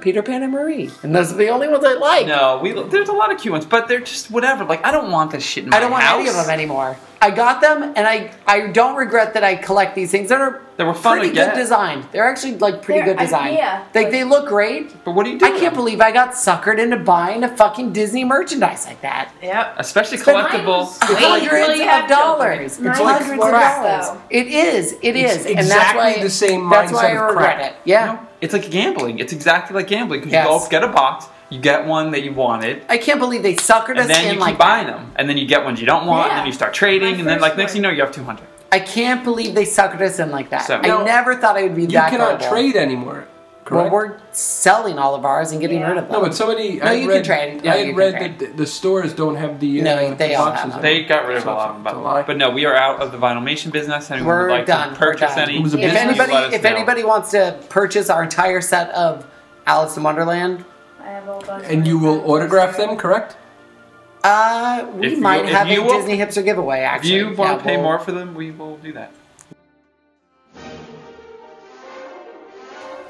S1: Peter Pan and Marie, and those are the only ones I like.
S2: No, we there's a lot of cute ones, but they're just whatever. Like I don't want this shit in my
S1: I don't want
S2: house.
S1: any of them anymore. I got them, and I I don't regret that I collect these things. They're
S2: They were fun to
S1: pretty
S2: get.
S1: good design. They're actually like pretty
S7: They're-
S1: good design.
S7: I- yeah.
S1: like they look great.
S2: But what do you do?
S1: I can't believe I got suckered into buying a fucking Disney merchandise like that.
S3: Yep.
S2: Especially
S1: Spend
S2: collectible.
S3: Wait till you
S1: hundreds
S3: have
S1: of
S3: children.
S1: dollars.
S7: Mine
S1: It's
S7: was
S1: hundreds of
S7: crap,
S1: dollars.
S7: though.
S1: It is. It
S4: It's
S1: is. and that's why
S4: exactly the same
S1: That's why I
S4: mindset of
S1: regret
S4: crap.
S1: it. Yeah.
S2: It's like gambling. It's exactly like gambling because
S1: Yes.
S2: you go up, get a box, you get one that you wanted,
S1: I can't believe they suckered us
S2: and then you
S1: in
S2: keep
S1: like that.
S2: buying them, and then you get ones you don't want, and then
S7: Yeah.
S2: you start trading,
S7: My
S2: and then like
S7: first
S2: next thing you know, you have 200.
S1: I can't believe they suckered us in like that.
S2: So-
S1: I
S2: No.
S1: never thought I would be
S4: You
S1: that
S4: cannot
S1: gullible.
S4: trade anymore.
S1: Well,
S4: Correct.
S1: we're selling all of ours and getting
S7: Yeah.
S1: rid of them.
S4: no, but somebody.
S1: No,
S4: I
S1: you can
S4: had read,
S1: trade. No,
S4: I
S1: you
S4: had
S1: can
S4: read
S1: trade.
S4: that the, the stores don't have the. Uh,
S1: No, they all have
S4: boxes
S1: them.
S4: in
S2: They
S4: it.
S2: got rid of a
S4: So
S2: lot of
S4: it's a
S2: them,
S4: lie.
S2: but, but no, we are out of the Vinylmation business, and we
S1: We're
S2: would like
S1: done.
S2: to
S1: We're
S2: purchase
S1: done.
S2: any.
S1: It
S4: was a
S2: business,
S1: If
S4: business.
S2: you let us
S1: anybody, if
S2: know.
S1: anybody wants to purchase our entire set of Alice in Wonderland,
S7: I have all bunch.
S4: And you will autograph them, correct?
S1: uh, we
S2: If you-
S1: might
S2: if
S1: have a
S2: you will-
S1: Disney hipster giveaway.
S2: if
S1: Actually,
S2: you want
S1: Yeah,
S2: to pay
S1: we'll-
S2: more for them, we will do that.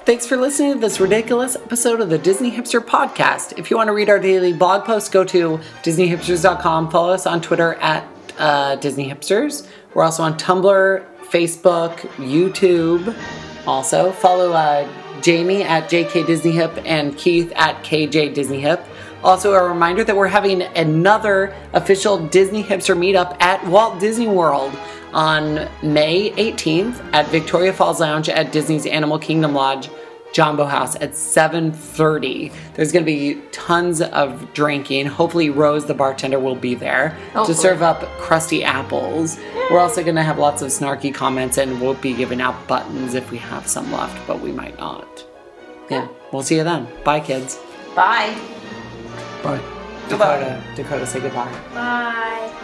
S1: Thanks for listening to this ridiculous episode of the Disney Hipster Podcast. If you want to read our daily blog posts, go to DisneyHipsters.com. Follow us on Twitter at uh, Disney Hipsters. We're also on Tumblr, Facebook, YouTube. Also, follow uh, Jamie at JK Disney Hip and Keith at KJ Disney Hip. Also, a reminder that we're having another official Disney Hipster meetup at Walt Disney World on May 18th at Victoria Falls Lounge at Disney's Animal Kingdom Lodge, Jumbo House at 7:30. There's going to be tons of drinking. Hopefully, Rose the bartender will be there to serve up crusty apples. We're also going to have lots of snarky comments, and we'll be giving out buttons if we have some left, but we might not. Yeah, we'll see you then. Bye, kids.
S3: Bye.
S4: Bye.
S1: Dakota, Dakota, say goodbye.
S7: Bye.